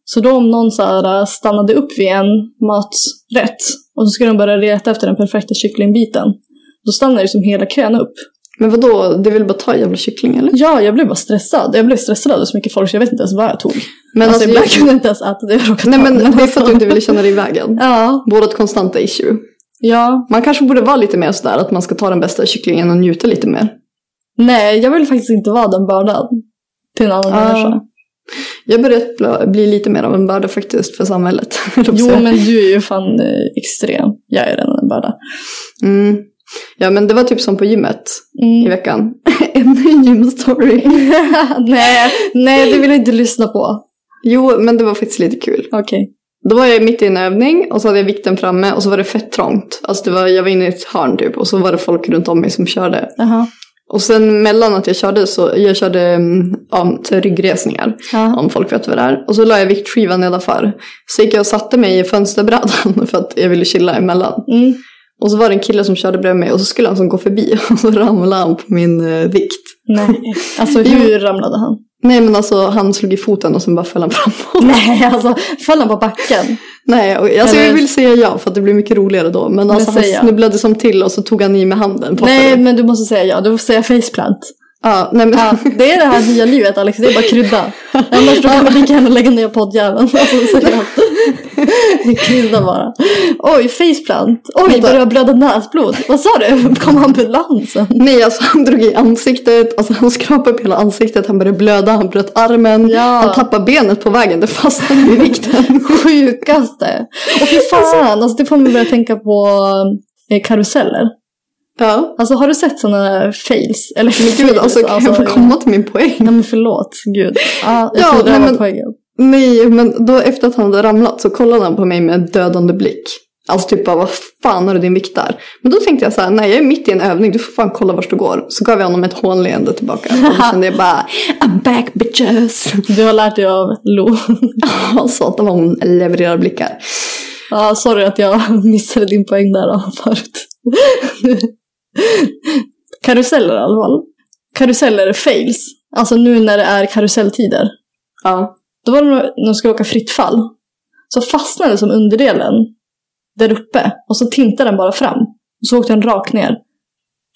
Speaker 1: Så då om någon så här, äh, stannade upp vid en maträtt och så skulle de börja leta efter den perfekta kycklingbiten. Då stannar ju som hela kön upp.
Speaker 2: Men vadå, det vill bara ta jävla kyckling eller?
Speaker 1: Ja, jag blev bara stressad. Jag blev stressad av så mycket folk så jag vet inte ens vad jag tog.
Speaker 2: Men
Speaker 1: alltså,
Speaker 2: alltså,
Speaker 1: ibland
Speaker 2: jag-
Speaker 1: kunde jag inte ens äta det jag råkade
Speaker 2: Nej
Speaker 1: ta,
Speaker 2: men det är för att du
Speaker 1: alltså-
Speaker 2: inte ville känna dig i vägen.
Speaker 1: Ja,
Speaker 2: Vårt konstanta issue.
Speaker 1: ja.
Speaker 2: Man kanske borde vara lite mer sådär att man ska ta den bästa kycklingen och njuta lite mer.
Speaker 1: Nej, jag vill faktiskt inte vara den bördan till en annan
Speaker 2: Ja.
Speaker 1: människa.
Speaker 2: Jag börjar bli- bli lite mer av en börda faktiskt för samhället. höll jag på att
Speaker 1: Jo,
Speaker 2: säga.
Speaker 1: men du är ju fan eh, extrem. Jag är redan en börda.
Speaker 2: Mm. Ja men det var typ som på gymmet i
Speaker 1: Mm.
Speaker 2: veckan. Ännu en gymstory.
Speaker 1: nej, nej, det vill jag inte lyssna på.
Speaker 2: Jo men det var faktiskt lite kul.
Speaker 1: Okej.
Speaker 2: Då var jag mitt i en övning och så hade jag vikten framme och så var det fett trångt. Alltså det var, jag var inne i ett hörn typ och så var det folk runt om mig som körde.
Speaker 1: Jaha.
Speaker 2: Och sen mellan att jag körde så jag körde mm, ja, till ryggresningar.
Speaker 1: Ja.
Speaker 2: Om folk vet vad det är. Och så la jag viktskivan nedanför. Så gick jag och satte mig i fönsterbrädan för att jag ville chilla emellan.
Speaker 1: Mm.
Speaker 2: Och så var det en kille som körde bredvid mig och så skulle han som gå förbi och så ramlade han på min eh, vikt.
Speaker 1: Nej. Alltså hur ramlade han?
Speaker 2: Nej men alltså han slog i foten och sen bara föll han framåt.
Speaker 1: Nej, alltså föll han på backen?
Speaker 2: Nej, och- alltså
Speaker 1: Eller-
Speaker 2: jag vill säga ja för att det blir mycket roligare då. Men, alltså han
Speaker 1: säg ja.
Speaker 2: snubblade som till och så tog han i med handen. på
Speaker 1: Nej,
Speaker 2: det.
Speaker 1: men du måste säga ja. Du får säga faceplant.
Speaker 2: Ja, nej men...
Speaker 1: Ja, det är det här nya livet Alex, det är bara krydda. Annars då kan vi lika gärna lägga ner poddjäveln. Alltså, seriöst. krydda bara. Oj, faceplant. Oj,
Speaker 2: Vänta.
Speaker 1: börjar blöda näsblod. Vad sa du? Kom ambulansen?
Speaker 2: Nej, alltså han drog i ansiktet, alltså han skrapade upp hela ansiktet, han började blöda, han bröt armen,
Speaker 1: Ja.
Speaker 2: han tappade benet på vägen, det fastnade i vikten.
Speaker 1: Sjukaste. Och fy fan, alltså, det får mig börja tänka på eh, karuseller.
Speaker 2: Ja,
Speaker 1: Alltså har du sett sådana fails? Eller
Speaker 2: men gud alltså kan jag få komma till min poäng?
Speaker 1: Nej men förlåt, gud. Ah, jag
Speaker 2: Ja,
Speaker 1: trodde det
Speaker 2: nej,
Speaker 1: här var
Speaker 2: men-
Speaker 1: poängen.
Speaker 2: Nej, men då efter att han hade ramlat så kollade han på mig med en dödande blick. Alltså typ bara, vad fan har du din vikt där? Men då tänkte jag så här, nej jag är mitt i en övning, du får fan kolla vart du går. Så gav jag honom ett hånleende tillbaka. Och då kände jag bara, I'm back bitches.
Speaker 1: Du har lärt dig av Lo.
Speaker 2: Ja, Satan vad hon levererar blickar.
Speaker 1: Ja, sorry att jag missade din poäng där då, förut. Karuseller i alla fall. Karuseller är fails. Alltså nu när det är karuselltider.
Speaker 2: Ja,
Speaker 1: Då var det nog- när de skulle åka fritt fall. Så fastnade som underdelen där uppe och så tintade den bara fram. Och så åkte den rakt ner.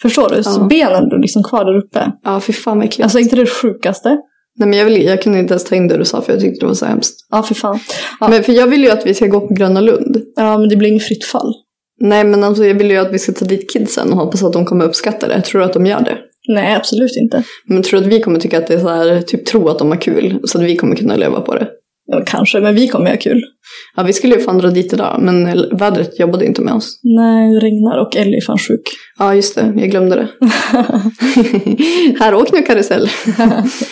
Speaker 1: Förstår du? Så
Speaker 2: Ja.
Speaker 1: benen blev liksom kvar där uppe.
Speaker 2: ja fy fan vad äckligt.
Speaker 1: Alltså inte det sjukaste.
Speaker 2: Nej men jag, vill, jag kunde inte ens ta in det du sa för jag tyckte det var så hemskt.
Speaker 1: Ja, för fan.
Speaker 2: Men för jag vill ju att vi ska gå på Gröna Lund.
Speaker 1: Ja, men det blir inget fritt fall.
Speaker 2: Nej men alltså jag vill ju att vi ska ta dit kidsen och hoppas att de kommer uppskatta det. Tror du att de gör det?
Speaker 1: Nej, absolut inte.
Speaker 2: Men tror du att vi kommer tycka att det är så här, typ tro att de har kul så att vi kommer kunna leva på det?
Speaker 1: Ja, kanske, men vi kommer ha kul.
Speaker 2: Ja vi skulle ju fan dra dit idag men vädret jobbade inte med oss.
Speaker 1: Nej, det regnar och Ellie är fan sjuk.
Speaker 2: Ja just det, jag glömde det. här åk nu karusell.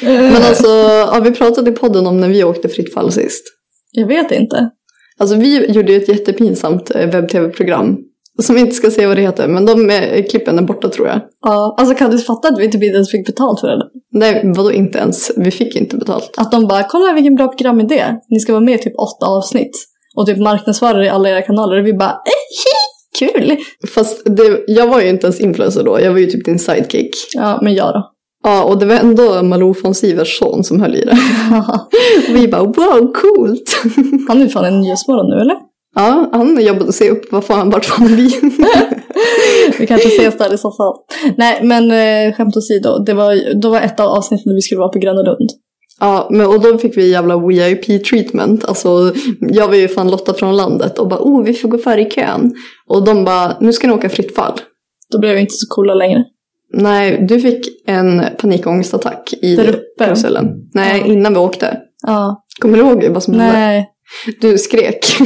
Speaker 2: men alltså, ja, vi pratade i podden om när vi åkte fritt fall sist.
Speaker 1: Jag vet inte.
Speaker 2: Alltså vi gjorde ju ett jättepinsamt eh, webb-tv-program. Som jag inte ska säga vad det heter, men de eh, klippen är borta tror jag.
Speaker 1: Ja, alltså kan du fatta att vi typ inte ens fick betalt för det?
Speaker 2: Nej, vadå inte ens? Vi fick inte betalt.
Speaker 1: Att de bara, kolla vilken bra programidé. Ni ska vara med i typ åtta avsnitt. Och typ marknadsföra det i alla era kanaler. Och vi bara, eh, kul!
Speaker 2: Fast det, jag var ju inte ens influencer då, jag var ju typ din sidekick.
Speaker 1: Ja, men jag då?
Speaker 2: Ja, och det var ändå Malou von Sivers son som höll i det. och vi bara wow, coolt!
Speaker 1: Han är fan en nyhetsmorgon nu eller?
Speaker 2: ja, han jobbade sig upp, vad fan, vart fan är vi?
Speaker 1: Vi kanske ses där i så fall. Nej, men eh, skämt åsido. Det var, då var ett av avsnitten när vi skulle vara på Gröna Lund.
Speaker 2: Ja, men och då fick vi jävla VIP treatment. Alltså, jag var ju fan Lotta från landet och bara, oh, vi får gå före i kön. Och de bara, nu ska ni åka fritt fall.
Speaker 1: Då blev vi inte så coola längre.
Speaker 2: Nej, du fick en panikångestattack i
Speaker 1: Där uppe.
Speaker 2: karusellen. Nej,
Speaker 1: Ja.
Speaker 2: innan vi åkte.
Speaker 1: Ja,
Speaker 2: Kommer du ihåg vad som hände?
Speaker 1: nej.
Speaker 2: Du skrek.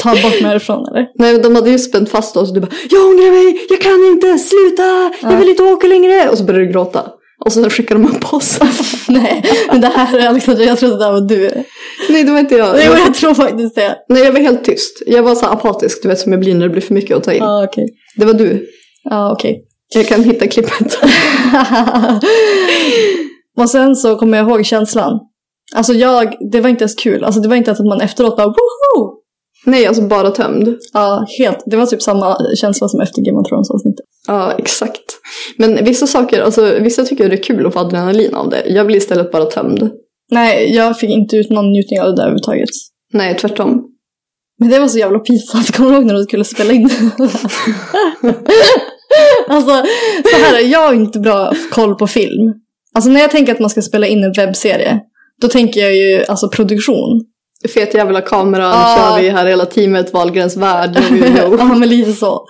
Speaker 1: Ta bort mig härifrån eller?
Speaker 2: Nej, men de hade ju spänt fast oss och du bara Jag ångrar mig, jag kan inte, sluta, jag vill inte åka längre. Och så började du gråta. Och så skickade de upp oss.
Speaker 1: Nej, men det här är Alexandra, jag trodde det här var du.
Speaker 2: Nej, det var inte jag.
Speaker 1: Nej, men jag tror faktiskt det.
Speaker 2: Nej, jag var helt tyst. Jag var så här apatisk, du vet som jag blir när det blir för mycket att ta in.
Speaker 1: Ja, okej.
Speaker 2: Det var du.
Speaker 1: Ja, okej.
Speaker 2: Jag kan hitta klippet.
Speaker 1: och sen så kommer jag ihåg känslan. Alltså jag, det var inte ens kul. Alltså det var inte att man efteråt bara woho!
Speaker 2: Nej, alltså bara tömd.
Speaker 1: Ja, helt. Det var typ samma känsla som efter Game of Thrones avsnittet.
Speaker 2: Ja, exakt. Men vissa saker, alltså vissa tycker det är kul att få adrenalin av det. Jag blir istället bara tömd.
Speaker 1: Nej, jag fick inte ut någon njutning av det där överhuvudtaget.
Speaker 2: Nej, tvärtom.
Speaker 1: Men det var så jävla pinsamt. Kommer du ihåg när de skulle spela in det? Alltså, så här, är- jag har inte bra koll på film. Alltså när jag tänker att man ska spela in en webbserie, då tänker jag ju alltså produktion.
Speaker 2: Fet jävla kameran
Speaker 1: Ja.
Speaker 2: kör vi här hela teamet, Wahlgrens värld. jo, jo, jo.
Speaker 1: ja, men lite så.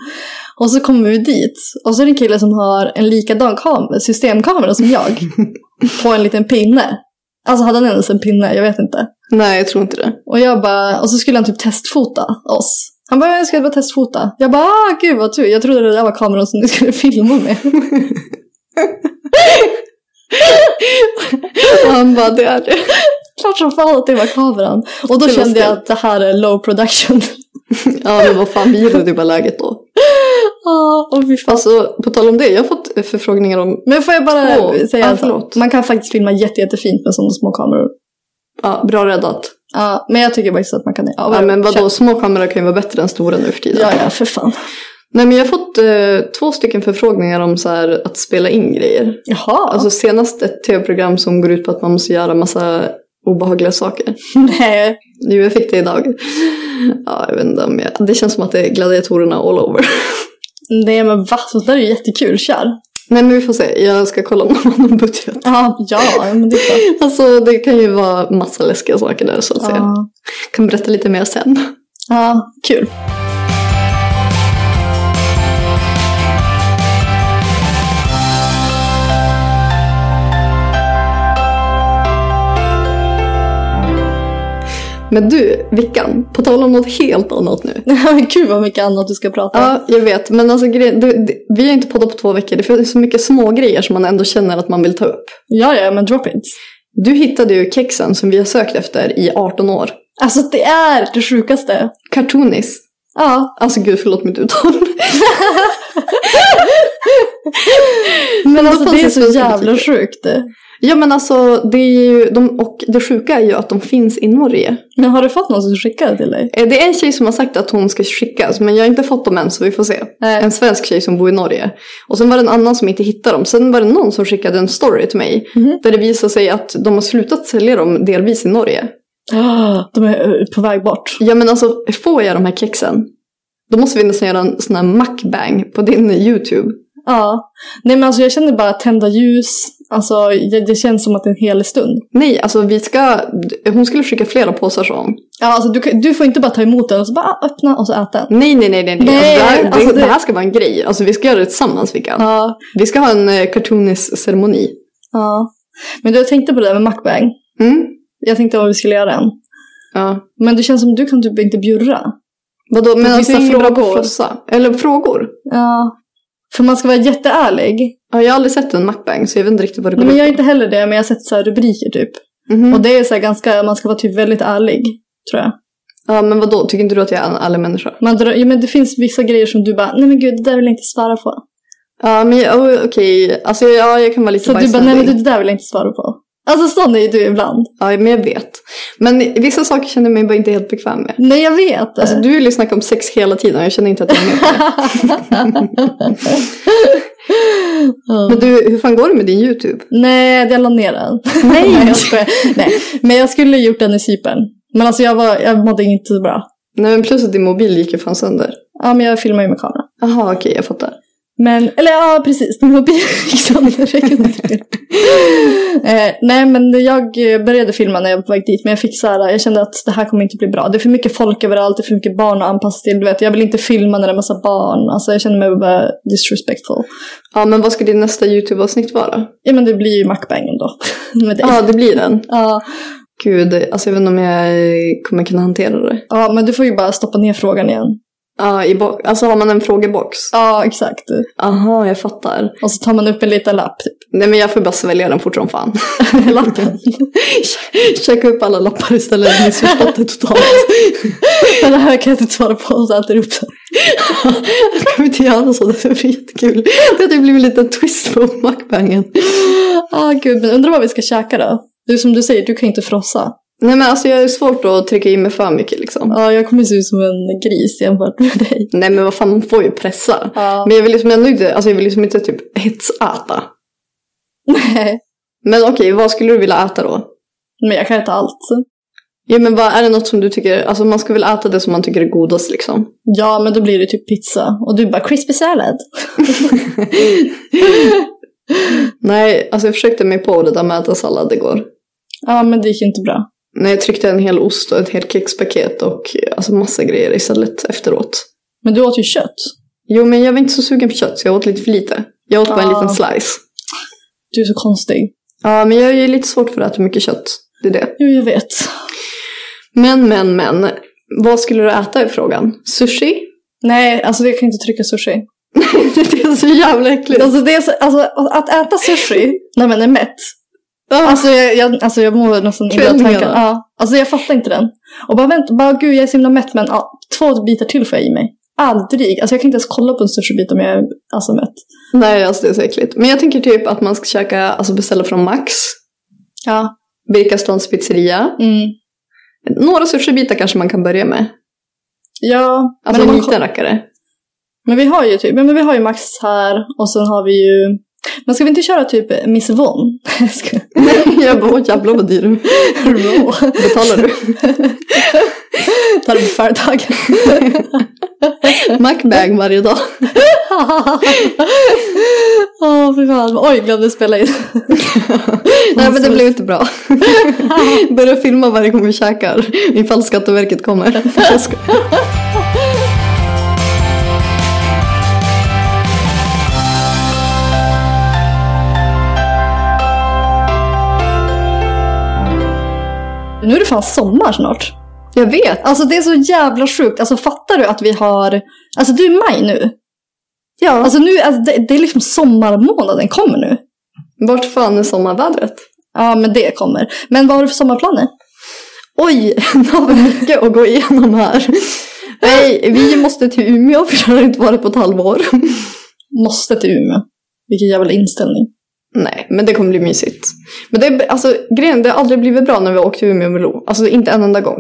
Speaker 1: Och så kommer vi dit. Och så är det en kille som har en likadan kam- systemkamera som jag. på en liten pinne. Alltså hade han ens en pinne? Jag vet inte.
Speaker 2: Nej, jag tror inte det.
Speaker 1: Och jag bara, och så skulle han typ testfota oss. Han bara, jag ska bara testfota. Jag bara, ah, gud vad tur. Jag trodde det där var kameran som ni skulle filma med.
Speaker 2: Han bara, det är det.
Speaker 1: Klart som fan att det var kameran. Och
Speaker 2: Det
Speaker 1: då
Speaker 2: var
Speaker 1: kände jag
Speaker 2: stelt.
Speaker 1: att det här är low production.
Speaker 2: Ja, men vad fan, vi gillade ju bara läget då.
Speaker 1: ah, och fy fan.
Speaker 2: Alltså, på tal om det, jag har fått förfrågningar om...
Speaker 1: Men får jag bara
Speaker 2: Åh, ja,
Speaker 1: säga att
Speaker 2: förlåt.
Speaker 1: man kan faktiskt filma jätte, jättefint med sådana små kameror.
Speaker 2: Ja, bra räddat.
Speaker 1: Ja, men jag tycker faktiskt att man kan det.
Speaker 2: Ja, men vadå, små kameror kan ju vara bättre än stora nu för tiden.
Speaker 1: Ja, ja, för fan.
Speaker 2: Nej, men jag har fått eh, två stycken förfrågningar om så här, att spela in grejer.
Speaker 1: Jaha.
Speaker 2: Alltså senast ett tv-program som går ut på att man måste göra massa obehagliga saker.
Speaker 1: nej.
Speaker 2: Jo, jag fick det idag. Ja, jag vet inte om jag... Det känns som att det är gladiatorerna all over.
Speaker 1: Nej, men va? Sånt där är ju jättekul. Kör.
Speaker 2: Nej, men vi får se. Jag ska kolla om de har någon budget.
Speaker 1: Ja, ja, men det är klart.
Speaker 2: Alltså, det kan ju vara massa läskiga saker där så att säga.
Speaker 1: Ja.
Speaker 2: Kan berätta lite mer sen.
Speaker 1: Ja, kul.
Speaker 2: Men du, Vickan, på tal om något helt annat nu.
Speaker 1: Gud vad mycket annat du ska prata om.
Speaker 2: Ja, jag vet. Men alltså, gre- det, det, vi har inte poddat på två veckor. Det finns så mycket små grejer som man ändå känner att man vill ta upp.
Speaker 1: Ja, ja, men drop it.
Speaker 2: Du hittade ju kexen som vi har sökt efter i 18 år.
Speaker 1: Alltså det är det sjukaste.
Speaker 2: Cartoonis.
Speaker 1: Ja,
Speaker 2: Alltså gud, förlåt mitt uttal.
Speaker 1: men alltså
Speaker 2: fanns
Speaker 1: det är
Speaker 2: det
Speaker 1: så
Speaker 2: svenska
Speaker 1: jävla
Speaker 2: butiker.
Speaker 1: sjukt.
Speaker 2: ja men alltså, det är ju, de, och det sjuka är ju att de finns i Norge.
Speaker 1: Men har du fått någon som skickade till dig?
Speaker 2: Eh, Det är en tjej som har sagt att hon ska skickas, men jag har inte fått dem än så vi får se.
Speaker 1: Nej.
Speaker 2: En svensk tjej som bor i Norge. Och sen var det en annan som inte hittade dem. Sen var det någon som skickade en story till mig.
Speaker 1: Mhm.
Speaker 2: Där det visar sig att de har slutat sälja dem delvis i Norge.
Speaker 1: Ah, De är eh, på väg bort.
Speaker 2: Ja men alltså, får jag de här kexen? Då måste vi nästan göra en sån här mukbang på din YouTube.
Speaker 1: Ja. Nej men alltså jag känner bara tända ljus. Alltså det, det känns som att det är en hel stund.
Speaker 2: Nej, alltså vi ska... Hon skulle skicka flera påsar sa hon.
Speaker 1: Ja, alltså du, kan- du får inte bara ta emot den och så bara ah, öppna och så äta den.
Speaker 2: Nej, nej, nej, nej. nej.
Speaker 1: Nej,
Speaker 2: alltså, det, här,
Speaker 1: alltså,
Speaker 2: det,
Speaker 1: det-
Speaker 2: det här ska vara en grej. Alltså vi ska göra det tillsammans, Vickan.
Speaker 1: Ja.
Speaker 2: Vi ska ha en eh, cartoonis-ceremoni.
Speaker 1: ja. Men du jag tänkte på det där med mukbang.
Speaker 2: Mm?
Speaker 1: Jag tänkte vad vi skulle göra en.
Speaker 2: Ja.
Speaker 1: Men det känns som du kan typ inte bjurra.
Speaker 2: Vadå, men
Speaker 1: finns
Speaker 2: alltså
Speaker 1: inget bra på
Speaker 2: frågor?
Speaker 1: att
Speaker 2: Frossa. Eller frågor?
Speaker 1: Ja. För man ska vara jätteärlig.
Speaker 2: Ja, jag har aldrig sett en mukbang så jag vet inte riktigt vad det
Speaker 1: Nej,
Speaker 2: går
Speaker 1: men jag är
Speaker 2: ut
Speaker 1: inte heller det, men jag har sett så här rubriker typ.
Speaker 2: på. Mhm.
Speaker 1: Och det är så här ganska, man ska vara typ väldigt ärlig. Tror jag.
Speaker 2: Ja, men vadå? Tycker inte du att jag är en ärlig människa?
Speaker 1: Man drar, ja, men det finns vissa grejer som du bara, nej men gud, det där vill jag inte svara på.
Speaker 2: Ja, men jag- oh, okej. Alltså, ja, jag kan vara lite
Speaker 1: Så du bara, nej men
Speaker 2: bajsnödig.
Speaker 1: du, det där vill jag inte svara på. Alltså sån är ju du ibland.
Speaker 2: Ja, men jag vet. Men vissa saker känner jag mig bara inte helt bekväm med.
Speaker 1: Nej jag vet.
Speaker 2: Alltså, du vill ju snacka om sex hela tiden. Jag känner inte att jag är med. Men du, hur fan går det med din YouTube?
Speaker 1: nej, jag la ner den. Nej. jag skojar. nej. Men jag skulle gjort den i Cypern. Men alltså jag, var, jag mådde inte så bra.
Speaker 2: Nej men plus att din mobil gick ju fan sönder.
Speaker 1: Ja men jag filmar ju med kamera.
Speaker 2: Jaha okej jag fattar.
Speaker 1: Men, eller ja precis, min mobil gick sönder. Jag kunde inte filma. eh, nej men jag eh, började filma när jag var på väg dit men jag fick så här, jag kände att det här kommer inte bli bra. Det är för mycket folk överallt, det är för mycket barn att anpassa till. Du vet, jag vill inte filma när det är massa barn. Alltså jag känner mig bara disrespectful.
Speaker 2: Ja men vad ska din nästa YouTube-avsnitt vara?
Speaker 1: Ja men det blir ju mukbang ändå. Med dig.
Speaker 2: Ja det blir den.
Speaker 1: Ja,
Speaker 2: Gud, alltså jag vet inte om jag eh, kommer kunna hantera det.
Speaker 1: ja, men du får ju bara stoppa ner frågan igen.
Speaker 2: Ja, i bo- alltså har man en frågebox?
Speaker 1: Ja, exakt.
Speaker 2: Aha, jag fattar.
Speaker 1: Och så tar man upp en liten lapp. Typ.
Speaker 2: Nej men jag får bara svälja den fort som fan. Lappen. Checka upp alla lappar istället, jag har missförstått det totalt.
Speaker 1: Det här kan jag inte svara på. Och så äter du upp den.
Speaker 2: Kan vi inte göra så? Det blir jättekul. Det
Speaker 1: typ
Speaker 2: hade blivit en liten twist på mukbangen.
Speaker 1: Ah, gud, men undrar vad vi ska käka då? Du som du säger, du kan inte frossa.
Speaker 2: Nej men alltså jag är svårt att trycka in mig för mycket liksom.
Speaker 1: Ja, jag kommer se ut som en gris jämfört med dig.
Speaker 2: Nej men vad fan, man får ju pressa.
Speaker 1: Ja.
Speaker 2: Men jag vill liksom ändå inte, alltså jag vill liksom inte typ hetsäta.
Speaker 1: Nej,
Speaker 2: Men okej, vad skulle du vilja äta då?
Speaker 1: men jag kan äta allt.
Speaker 2: Ja men vad, är det något som du tycker, alltså man ska väl äta det som man tycker är godast liksom.
Speaker 1: Ja, men då blir det typ pizza. Och du bara crispy salad.
Speaker 2: Nej, alltså jag försökte mig på det där med att äta sallad igår.
Speaker 1: Ja, men det gick inte bra.
Speaker 2: Nej, jag tryckte en hel ost och ett helt kexpaket och eh, alltså massa grejer istället efteråt.
Speaker 1: Men du åt ju kött.
Speaker 2: Jo, men jag var inte så sugen på kött så jag åt lite för lite. Jag åt bara en
Speaker 1: Ah.
Speaker 2: liten slice.
Speaker 1: Du är så konstig.
Speaker 2: Ja, men jag är ju lite svårt för att äta mycket kött. Det är det.
Speaker 1: Jo, jag vet.
Speaker 2: Men, men, men. Vad skulle du äta i frågan? Sushi?
Speaker 1: Nej, alltså det kan inte trycka sushi.
Speaker 2: det är så jävla äckligt.
Speaker 1: Alltså, det är så, alltså att äta sushi när man är mätt. Alltså jag, jag, alltså jag mår nästan illa av
Speaker 2: Kvällningarna.
Speaker 1: tanken. Ja. Alltså jag fattar inte den. Och bara vänta, bara gud jag är så himla mätt men ja, två bitar till får jag i mig. Aldrig. Alltså jag kan inte ens kolla på en sushibit om jag är alltså, mätt.
Speaker 2: Nej, alltså det är så äckligt. Men jag tänker typ att man ska käka, alltså beställa från Max.
Speaker 1: Ja.
Speaker 2: Birkastans pizzeria.
Speaker 1: Mm.
Speaker 2: Några sushibitar kanske man kan börja med.
Speaker 1: Ja.
Speaker 2: Alltså
Speaker 1: men,
Speaker 2: en
Speaker 1: om man, ko-
Speaker 2: liten rackare.
Speaker 1: men vi har ju typ, ja, men vi har ju Max här och sen har vi ju men ska vi inte köra typ Miss Von? Ska-
Speaker 2: jag bara, åh jävlar vad dyr du
Speaker 1: Rå.
Speaker 2: Betalar du?
Speaker 1: Tar upp företag.
Speaker 2: Macbag varje dag.
Speaker 1: Åh, fy fan. Oj, glömde spela in.
Speaker 2: Nej men det blev inte bra. Börja filma varje gång vi käkar. Ifall Skatteverket kommer. Jag skojar.
Speaker 1: Nu är det fan sommar snart.
Speaker 2: jag vet.
Speaker 1: Alltså det är så jävla sjukt. Alltså fattar du att vi har... Alltså det är maj nu. Ja. Alltså nu, alltså, det, det är liksom sommarmånaden kommer nu.
Speaker 2: Vart fan är sommarvädret?
Speaker 1: Ja men det kommer. Men vad har du för sommarplaner?
Speaker 2: Oj, nu har vi mycket att gå igenom här. Nej, vi måste till Umeå för det har inte varit på ett halvår.
Speaker 1: Måste till Umeå. Vilken jävla inställning.
Speaker 2: Nej, men det kommer bli mysigt. Men det, är- alltså, grejen, det har aldrig blivit bra när vi har åkt till Umeå med Lo. Alltså inte en enda gång.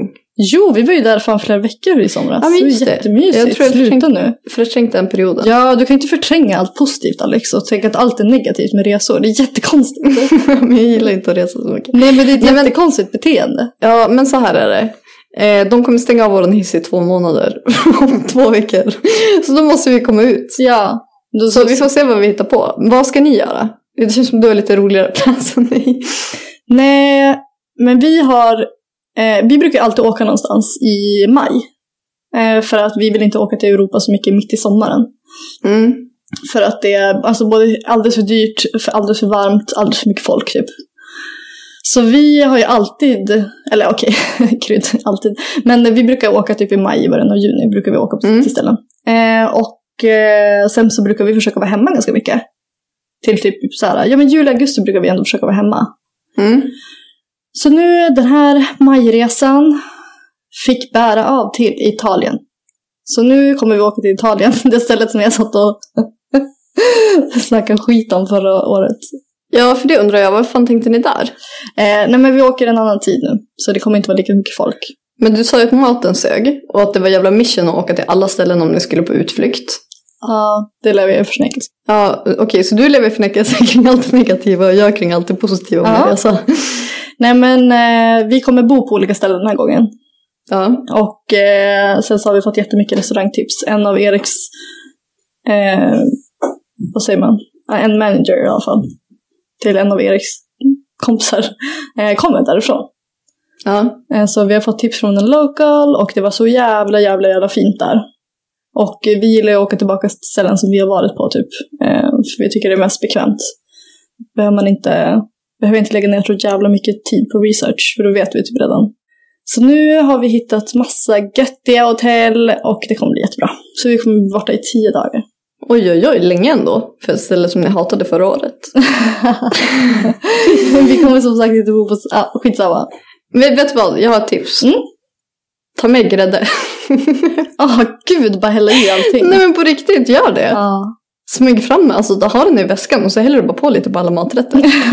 Speaker 1: Jo, vi var ju där fan flera veckor i somras.
Speaker 2: Ja, men
Speaker 1: det var
Speaker 2: just det.
Speaker 1: jättemysigt.
Speaker 2: Jag tror jag
Speaker 1: Sluta
Speaker 2: försökte-
Speaker 1: nu.
Speaker 2: Förträngt den perioden.
Speaker 1: Ja, du kan inte förtränga allt positivt Alex och tänka att allt är negativt med resor. Det är jättekonstigt.
Speaker 2: men jag gillar inte att resa så mycket.
Speaker 1: Nej, men det är ett
Speaker 2: Nej, men-
Speaker 1: jättekonstigt beteende.
Speaker 2: Ja, men så här är det. Eh, de kommer stänga av vår hiss i två månader. Om två veckor. Så då måste vi komma ut.
Speaker 1: Ja. Då,
Speaker 2: Så vi får se vad vi hittar på. Vad ska ni göra? Det känns som du har lite roligare plats än mig.
Speaker 1: Nej, men vi har... Eh, vi brukar alltid åka någonstans i maj. Eh, för att vi vill inte åka till Europa så mycket mitt i sommaren.
Speaker 2: Mm.
Speaker 1: För att det är alltså, både alldeles för dyrt, för alldeles för varmt, alldeles för mycket folk typ. Så vi har ju alltid, eller okej, krydd, alltid. Men vi brukar åka typ i maj, i början av juni brukar vi åka på
Speaker 2: Mm.
Speaker 1: till ställen. Eh, och eh, sen så brukar vi försöka vara hemma ganska mycket. Till typ så här, ja men juli, augusti brukar vi ändå försöka vara hemma.
Speaker 2: Mm.
Speaker 1: Så nu den här majresan fick bära av till Italien. Så nu kommer vi åka till Italien, det stället som jag satt och snackade skit om förra året.
Speaker 2: Ja, för det undrar jag. Vad fan tänkte ni där?
Speaker 1: Eh, nej men vi åker en annan tid nu, så det kommer inte vara lika mycket folk.
Speaker 2: Men du sa ju att maten sög och att det var jävla mission att åka till alla ställen om ni skulle på utflykt.
Speaker 1: Ja, det lär vi ju förnekas.
Speaker 2: Ja, okej, så du lever i förnekelse kring allt det negativa och jag kring allt det positiva med
Speaker 1: Ja.
Speaker 2: resa.
Speaker 1: Nej men eh, vi kommer bo på olika ställen den här gången.
Speaker 2: Ja.
Speaker 1: Och eh, sen så har vi fått jättemycket restaurangtips. En av Eriks, eh, vad säger man, Ja, en manager i alla fall. Till en av Eriks kompisar. Eh, kommer därifrån.
Speaker 2: ja.
Speaker 1: Eh, så vi har fått tips från en local och det var så jävla, jävla, jävla fint där. Och eh, vi gillar ju att åka tillbaka till ställen som vi har varit på typ. Eh, för vi tycker det är mest bekvämt. Behöver man inte, behöver inte lägga ner så jävla mycket tid på research, för då vet vi typ redan. Så nu har vi hittat massa göttiga hotell och det kommer bli jättebra. Så vi kommer vara borta i tio dagar.
Speaker 2: Oj, oj, oj, länge ändå. För ett ställe som ni hatade förra året.
Speaker 1: vi kommer som sagt inte bo på... Ah, skitsamma.
Speaker 2: Men vet du vad, jag har ett tips.
Speaker 1: Mm.
Speaker 2: Ta med grädde.
Speaker 1: Ah, gud, bara hälla i allting. Ah,
Speaker 2: Nej men på riktigt, gör det.
Speaker 1: Ja.
Speaker 2: Smyg fram med, alltså då har den i väskan och så häller du bara på lite på alla maträtter.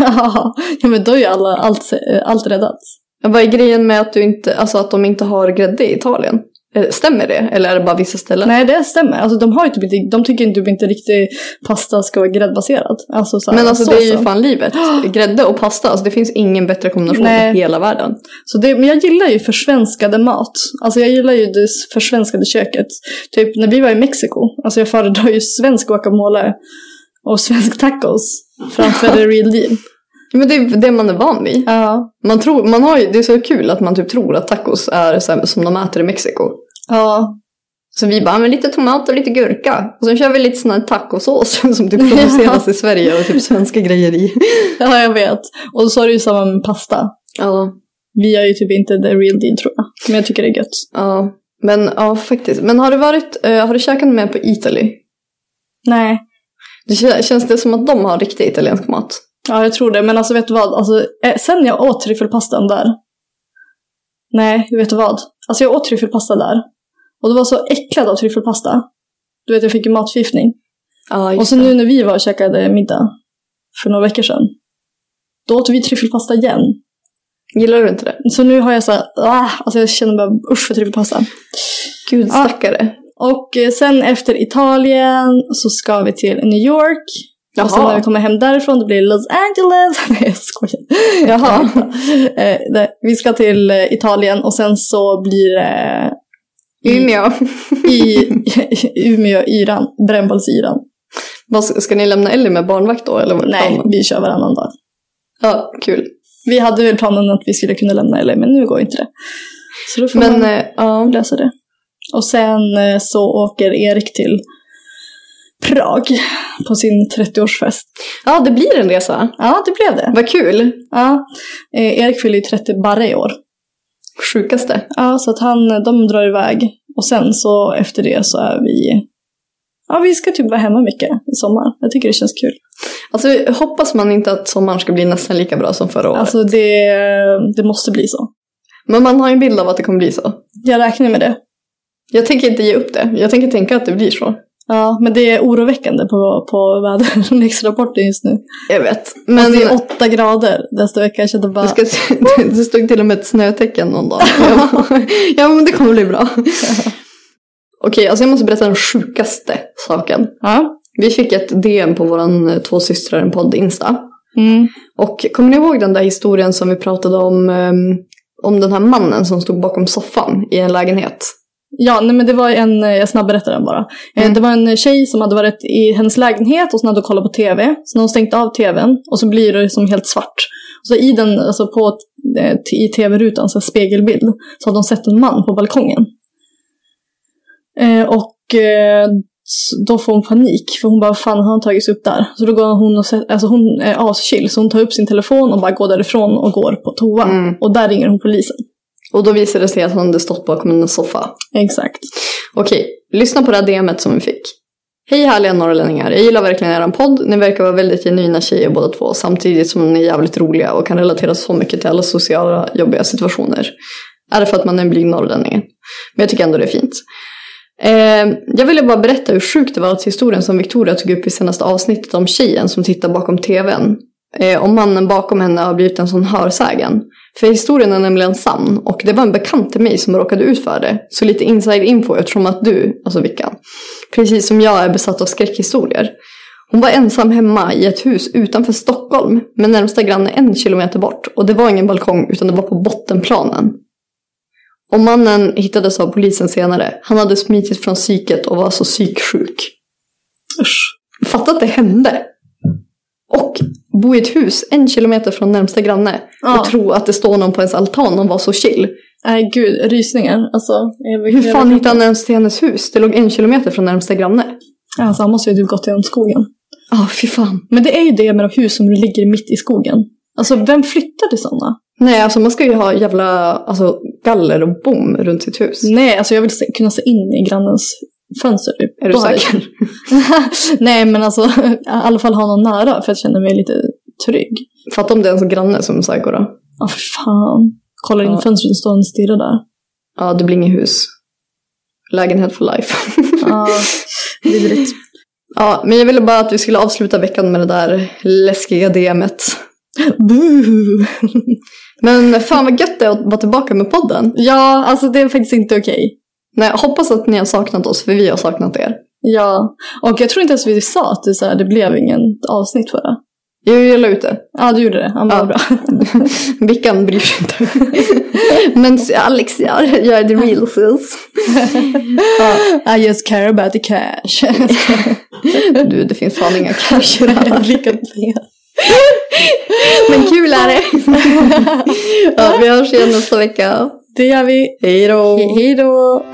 Speaker 1: ja, men då är ju alla, allt, eh, allt räddat.
Speaker 2: Vad är grejen med att, du inte, alltså att de inte har grädde i Italien? Eh, Stämmer det? Eller är det bara vissa ställen?
Speaker 1: Nej, det stämmer. Alltså, de, har ju typ inte, de tycker inte, typ inte riktigt pasta ska vara gräddbaserad. Alltså, så här,
Speaker 2: Men alltså det är ju
Speaker 1: såsen.
Speaker 2: fan livet. Grädde och pasta, alltså det finns ingen bättre kombination
Speaker 1: Nej.
Speaker 2: i hela världen.
Speaker 1: Så det, men jag gillar ju försvenskade mat. Alltså jag gillar ju det försvenskade köket. Typ när vi var i Mexiko, alltså jag föredrar ju svensk guacamole och svensk tacos framför the real deal.
Speaker 2: Men det är det man är van vid.
Speaker 1: Ja.
Speaker 2: Man tror, man har ju, det är så kul att man typ tror att tacos är så här, som de äter i Mexiko.
Speaker 1: Ja.
Speaker 2: Så vi bara, men lite tomat och lite gurka. Och sen kör vi lite sån här tacosås som typ produceras i Sverige och typ svenska grejer i.
Speaker 1: ja, jag vet. Och så är det ju samma med pasta.
Speaker 2: Ja.
Speaker 1: Vi gör ju typ inte the real deal tror jag. Men jag tycker det är gött.
Speaker 2: Ja. Men ja, faktiskt. Men har du varit, eh, har du käkat med på Italy?
Speaker 1: Nej.
Speaker 2: Det kä- känns det som att de har riktig italiensk mat?
Speaker 1: Ja, jag tror det. Men alltså vet du vad? Alltså, eh, sen jag åt tryffelpastan där. Nej, vet du vad? Alltså jag åt tryffelpasta där. Och det var så äcklad av tryffelpasta. Du vet, jag fick ju matförgiftning.
Speaker 2: Ja,
Speaker 1: Och så nu när vi var och käkade middag för några veckor sedan. Då åt vi tryffelpasta igen.
Speaker 2: Gillar du inte det?
Speaker 1: Så nu har jag så här, ah, alltså jag känner bara usch för tryffelpasta.
Speaker 2: Gud
Speaker 1: Ja.
Speaker 2: stackare.
Speaker 1: Och eh, sen efter Italien så ska vi till New York. Och sen när vi kommer hem därifrån det blir Los Angeles. Nej jag skojar.
Speaker 2: Jaha.
Speaker 1: Eh, det- vi ska till eh, Italien och sen så blir det eh,
Speaker 2: Umeå.
Speaker 1: i Umeå, yran, brännbollsyran.
Speaker 2: Vad, ska ska ni lämna Ellie med barnvakt då? Eller vad är
Speaker 1: Nej,
Speaker 2: planen?
Speaker 1: vi kör varannan dag.
Speaker 2: Ja, kul.
Speaker 1: Vi hade väl planen att vi skulle kunna lämna LA, men nu går inte det. Så då får
Speaker 2: Men
Speaker 1: man
Speaker 2: eh, ja,
Speaker 1: lösa det. Och sen eh, så åker Erik till Prag på sin 30-årsfest.
Speaker 2: ja, det blir en resa.
Speaker 1: Ja, det blev det.
Speaker 2: Vad kul.
Speaker 1: Ja. Eh, Erik fyller ju 30 bara i år.
Speaker 2: Sjukaste.
Speaker 1: Ja, så att han, de drar iväg. Och sen så efter det så är vi... Ja, vi ska typ vara hemma mycket i sommar. Jag tycker det känns kul.
Speaker 2: Alltså hoppas man inte att sommaren ska bli nästan lika bra som förra året.
Speaker 1: Alltså det, det måste bli så.
Speaker 2: Men man har ju en bild av att det kommer bli så.
Speaker 1: Jag räknar med det.
Speaker 2: Jag tänker inte ge upp det. Jag tänker tänka att det blir så.
Speaker 1: Ja, men det är oroväckande på, på väderleksrapporten just nu.
Speaker 2: Jag vet. Men
Speaker 1: Alltså, det är åtta grader nästa vecka. Jag kände bara...
Speaker 2: du ska, se- det- det stod till och med ett snötäcken någon dag. Jag bara, ja men det kommer bli bra. Okej, alltså jag måste berätta den sjukaste saken.
Speaker 1: Ja.
Speaker 2: Vi fick ett DM på våran eh, två systrar en podd Insta.
Speaker 1: Mm.
Speaker 2: Och kommer ni ihåg den där historien som vi pratade om? ehm, om den här mannen som stod bakom soffan i en lägenhet.
Speaker 1: Ja, nej men det var en, eh, jag snabbberättar den bara. Eh,
Speaker 2: Mm.
Speaker 1: Det var en tjej som hade varit i hennes lägenhet och sen hade hon kollat på TV. Så när hon stängt av TVn och så blir det som helt svart. Så i den, alltså på, eh, t- i TV-rutan, så här spegelbild, så hade hon sett en man på balkongen. Eh, Och eh, s- då får hon panik för hon bara fan har han tagits upp där? Så då går hon och sä- alltså hon är aschill så hon tar upp sin telefon och bara går därifrån och går på toa.
Speaker 2: Mm.
Speaker 1: Och där ringer hon polisen.
Speaker 2: Och då visade det sig att han hade stått bakom en soffa.
Speaker 1: Exakt.
Speaker 2: Okej, lyssna på det här DMet som vi fick. Hej härliga norrlänningar, jag gillar verkligen eran podd. Ni verkar vara väldigt genuina tjejer båda två samtidigt som ni är jävligt roliga och kan relatera så mycket till alla sociala jobbiga situationer. Är det för att man är en blyg norrlänning? Men jag tycker ändå det är fint. Eh, jag ville bara berätta hur sjukt det var att historien som Victoria tog upp i senaste avsnittet om tjejen som tittar bakom tvn eh, och mannen bakom henne har blivit en sån hörsägen. För historien är nämligen sann och det var en bekant till mig som råkade ut för det. Så lite inside info eftersom att du, alltså Vickan, precis som jag är besatt av skräckhistorier. Hon var ensam hemma i ett hus utanför Stockholm med närmsta granne en kilometer bort och det var ingen balkong utan det var på bottenplanen. Och mannen hittades av polisen senare. Han hade smitit från psyket och var alltså psyksjuk.
Speaker 1: Usch.
Speaker 2: Fatta att det hände! Och bo i ett hus en kilometer från närmsta granne
Speaker 1: Ja.
Speaker 2: och tro att det står någon på ens altan och var så chill.
Speaker 1: Nej gud, rysningar. Alltså, jag-
Speaker 2: Hur
Speaker 1: jag-
Speaker 2: fan hittade han ens till hennes hus? Det låg en kilometer från närmsta granne.
Speaker 1: Alltså han måste ju typ gått genom skogen.
Speaker 2: Ja, fy fan.
Speaker 1: Men det är ju det med de hus som ligger mitt i skogen. Alltså vem flyttar till sådana?
Speaker 2: Nej, alltså man ska ju ha jävla alltså, galler och bom runt sitt hus.
Speaker 1: Nej, alltså jag vill se, kunna se in i grannens fönster typ.
Speaker 2: Är du
Speaker 1: Då hade jag-
Speaker 2: säker?
Speaker 1: Nej men alltså i alla fall ha någon nära för jag känner mig lite trygg.
Speaker 2: Fatta om det är ens granne som är psyko då.
Speaker 1: Ja för fan. Kollar in i
Speaker 2: Ja.
Speaker 1: fönstret och står och stirrar där.
Speaker 2: Ja, det blir inget hus. Lägenhet for life.
Speaker 1: Ja, vidrigt.
Speaker 2: ja, men jag ville bara att vi skulle avsluta veckan med det där läskiga DMet.
Speaker 1: Boo.
Speaker 2: Men fan vad gött det är att vara tillbaka med podden.
Speaker 1: Ja, alltså det är faktiskt inte okej.
Speaker 2: Nej, jag hoppas att ni har saknat oss, för vi har saknat er.
Speaker 1: Ja, och jag tror inte ens vi sa att det, så här, det blev ingen avsnitt för det.
Speaker 2: Jag gillar ut det.
Speaker 1: Ja, du gjorde det. Han var
Speaker 2: Ja.
Speaker 1: bra.
Speaker 2: Vickan bryr sig inte. Men Alex gör, gör the real things.
Speaker 1: I just care about the cash.
Speaker 2: Du, det finns fan inga cash i det här.
Speaker 1: Lycka till.
Speaker 2: Men kul är det. ja, vi hörs igen nästa vecka.
Speaker 1: Det gör vi.
Speaker 2: Hej då.
Speaker 1: He- Hej då!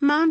Speaker 3: Mom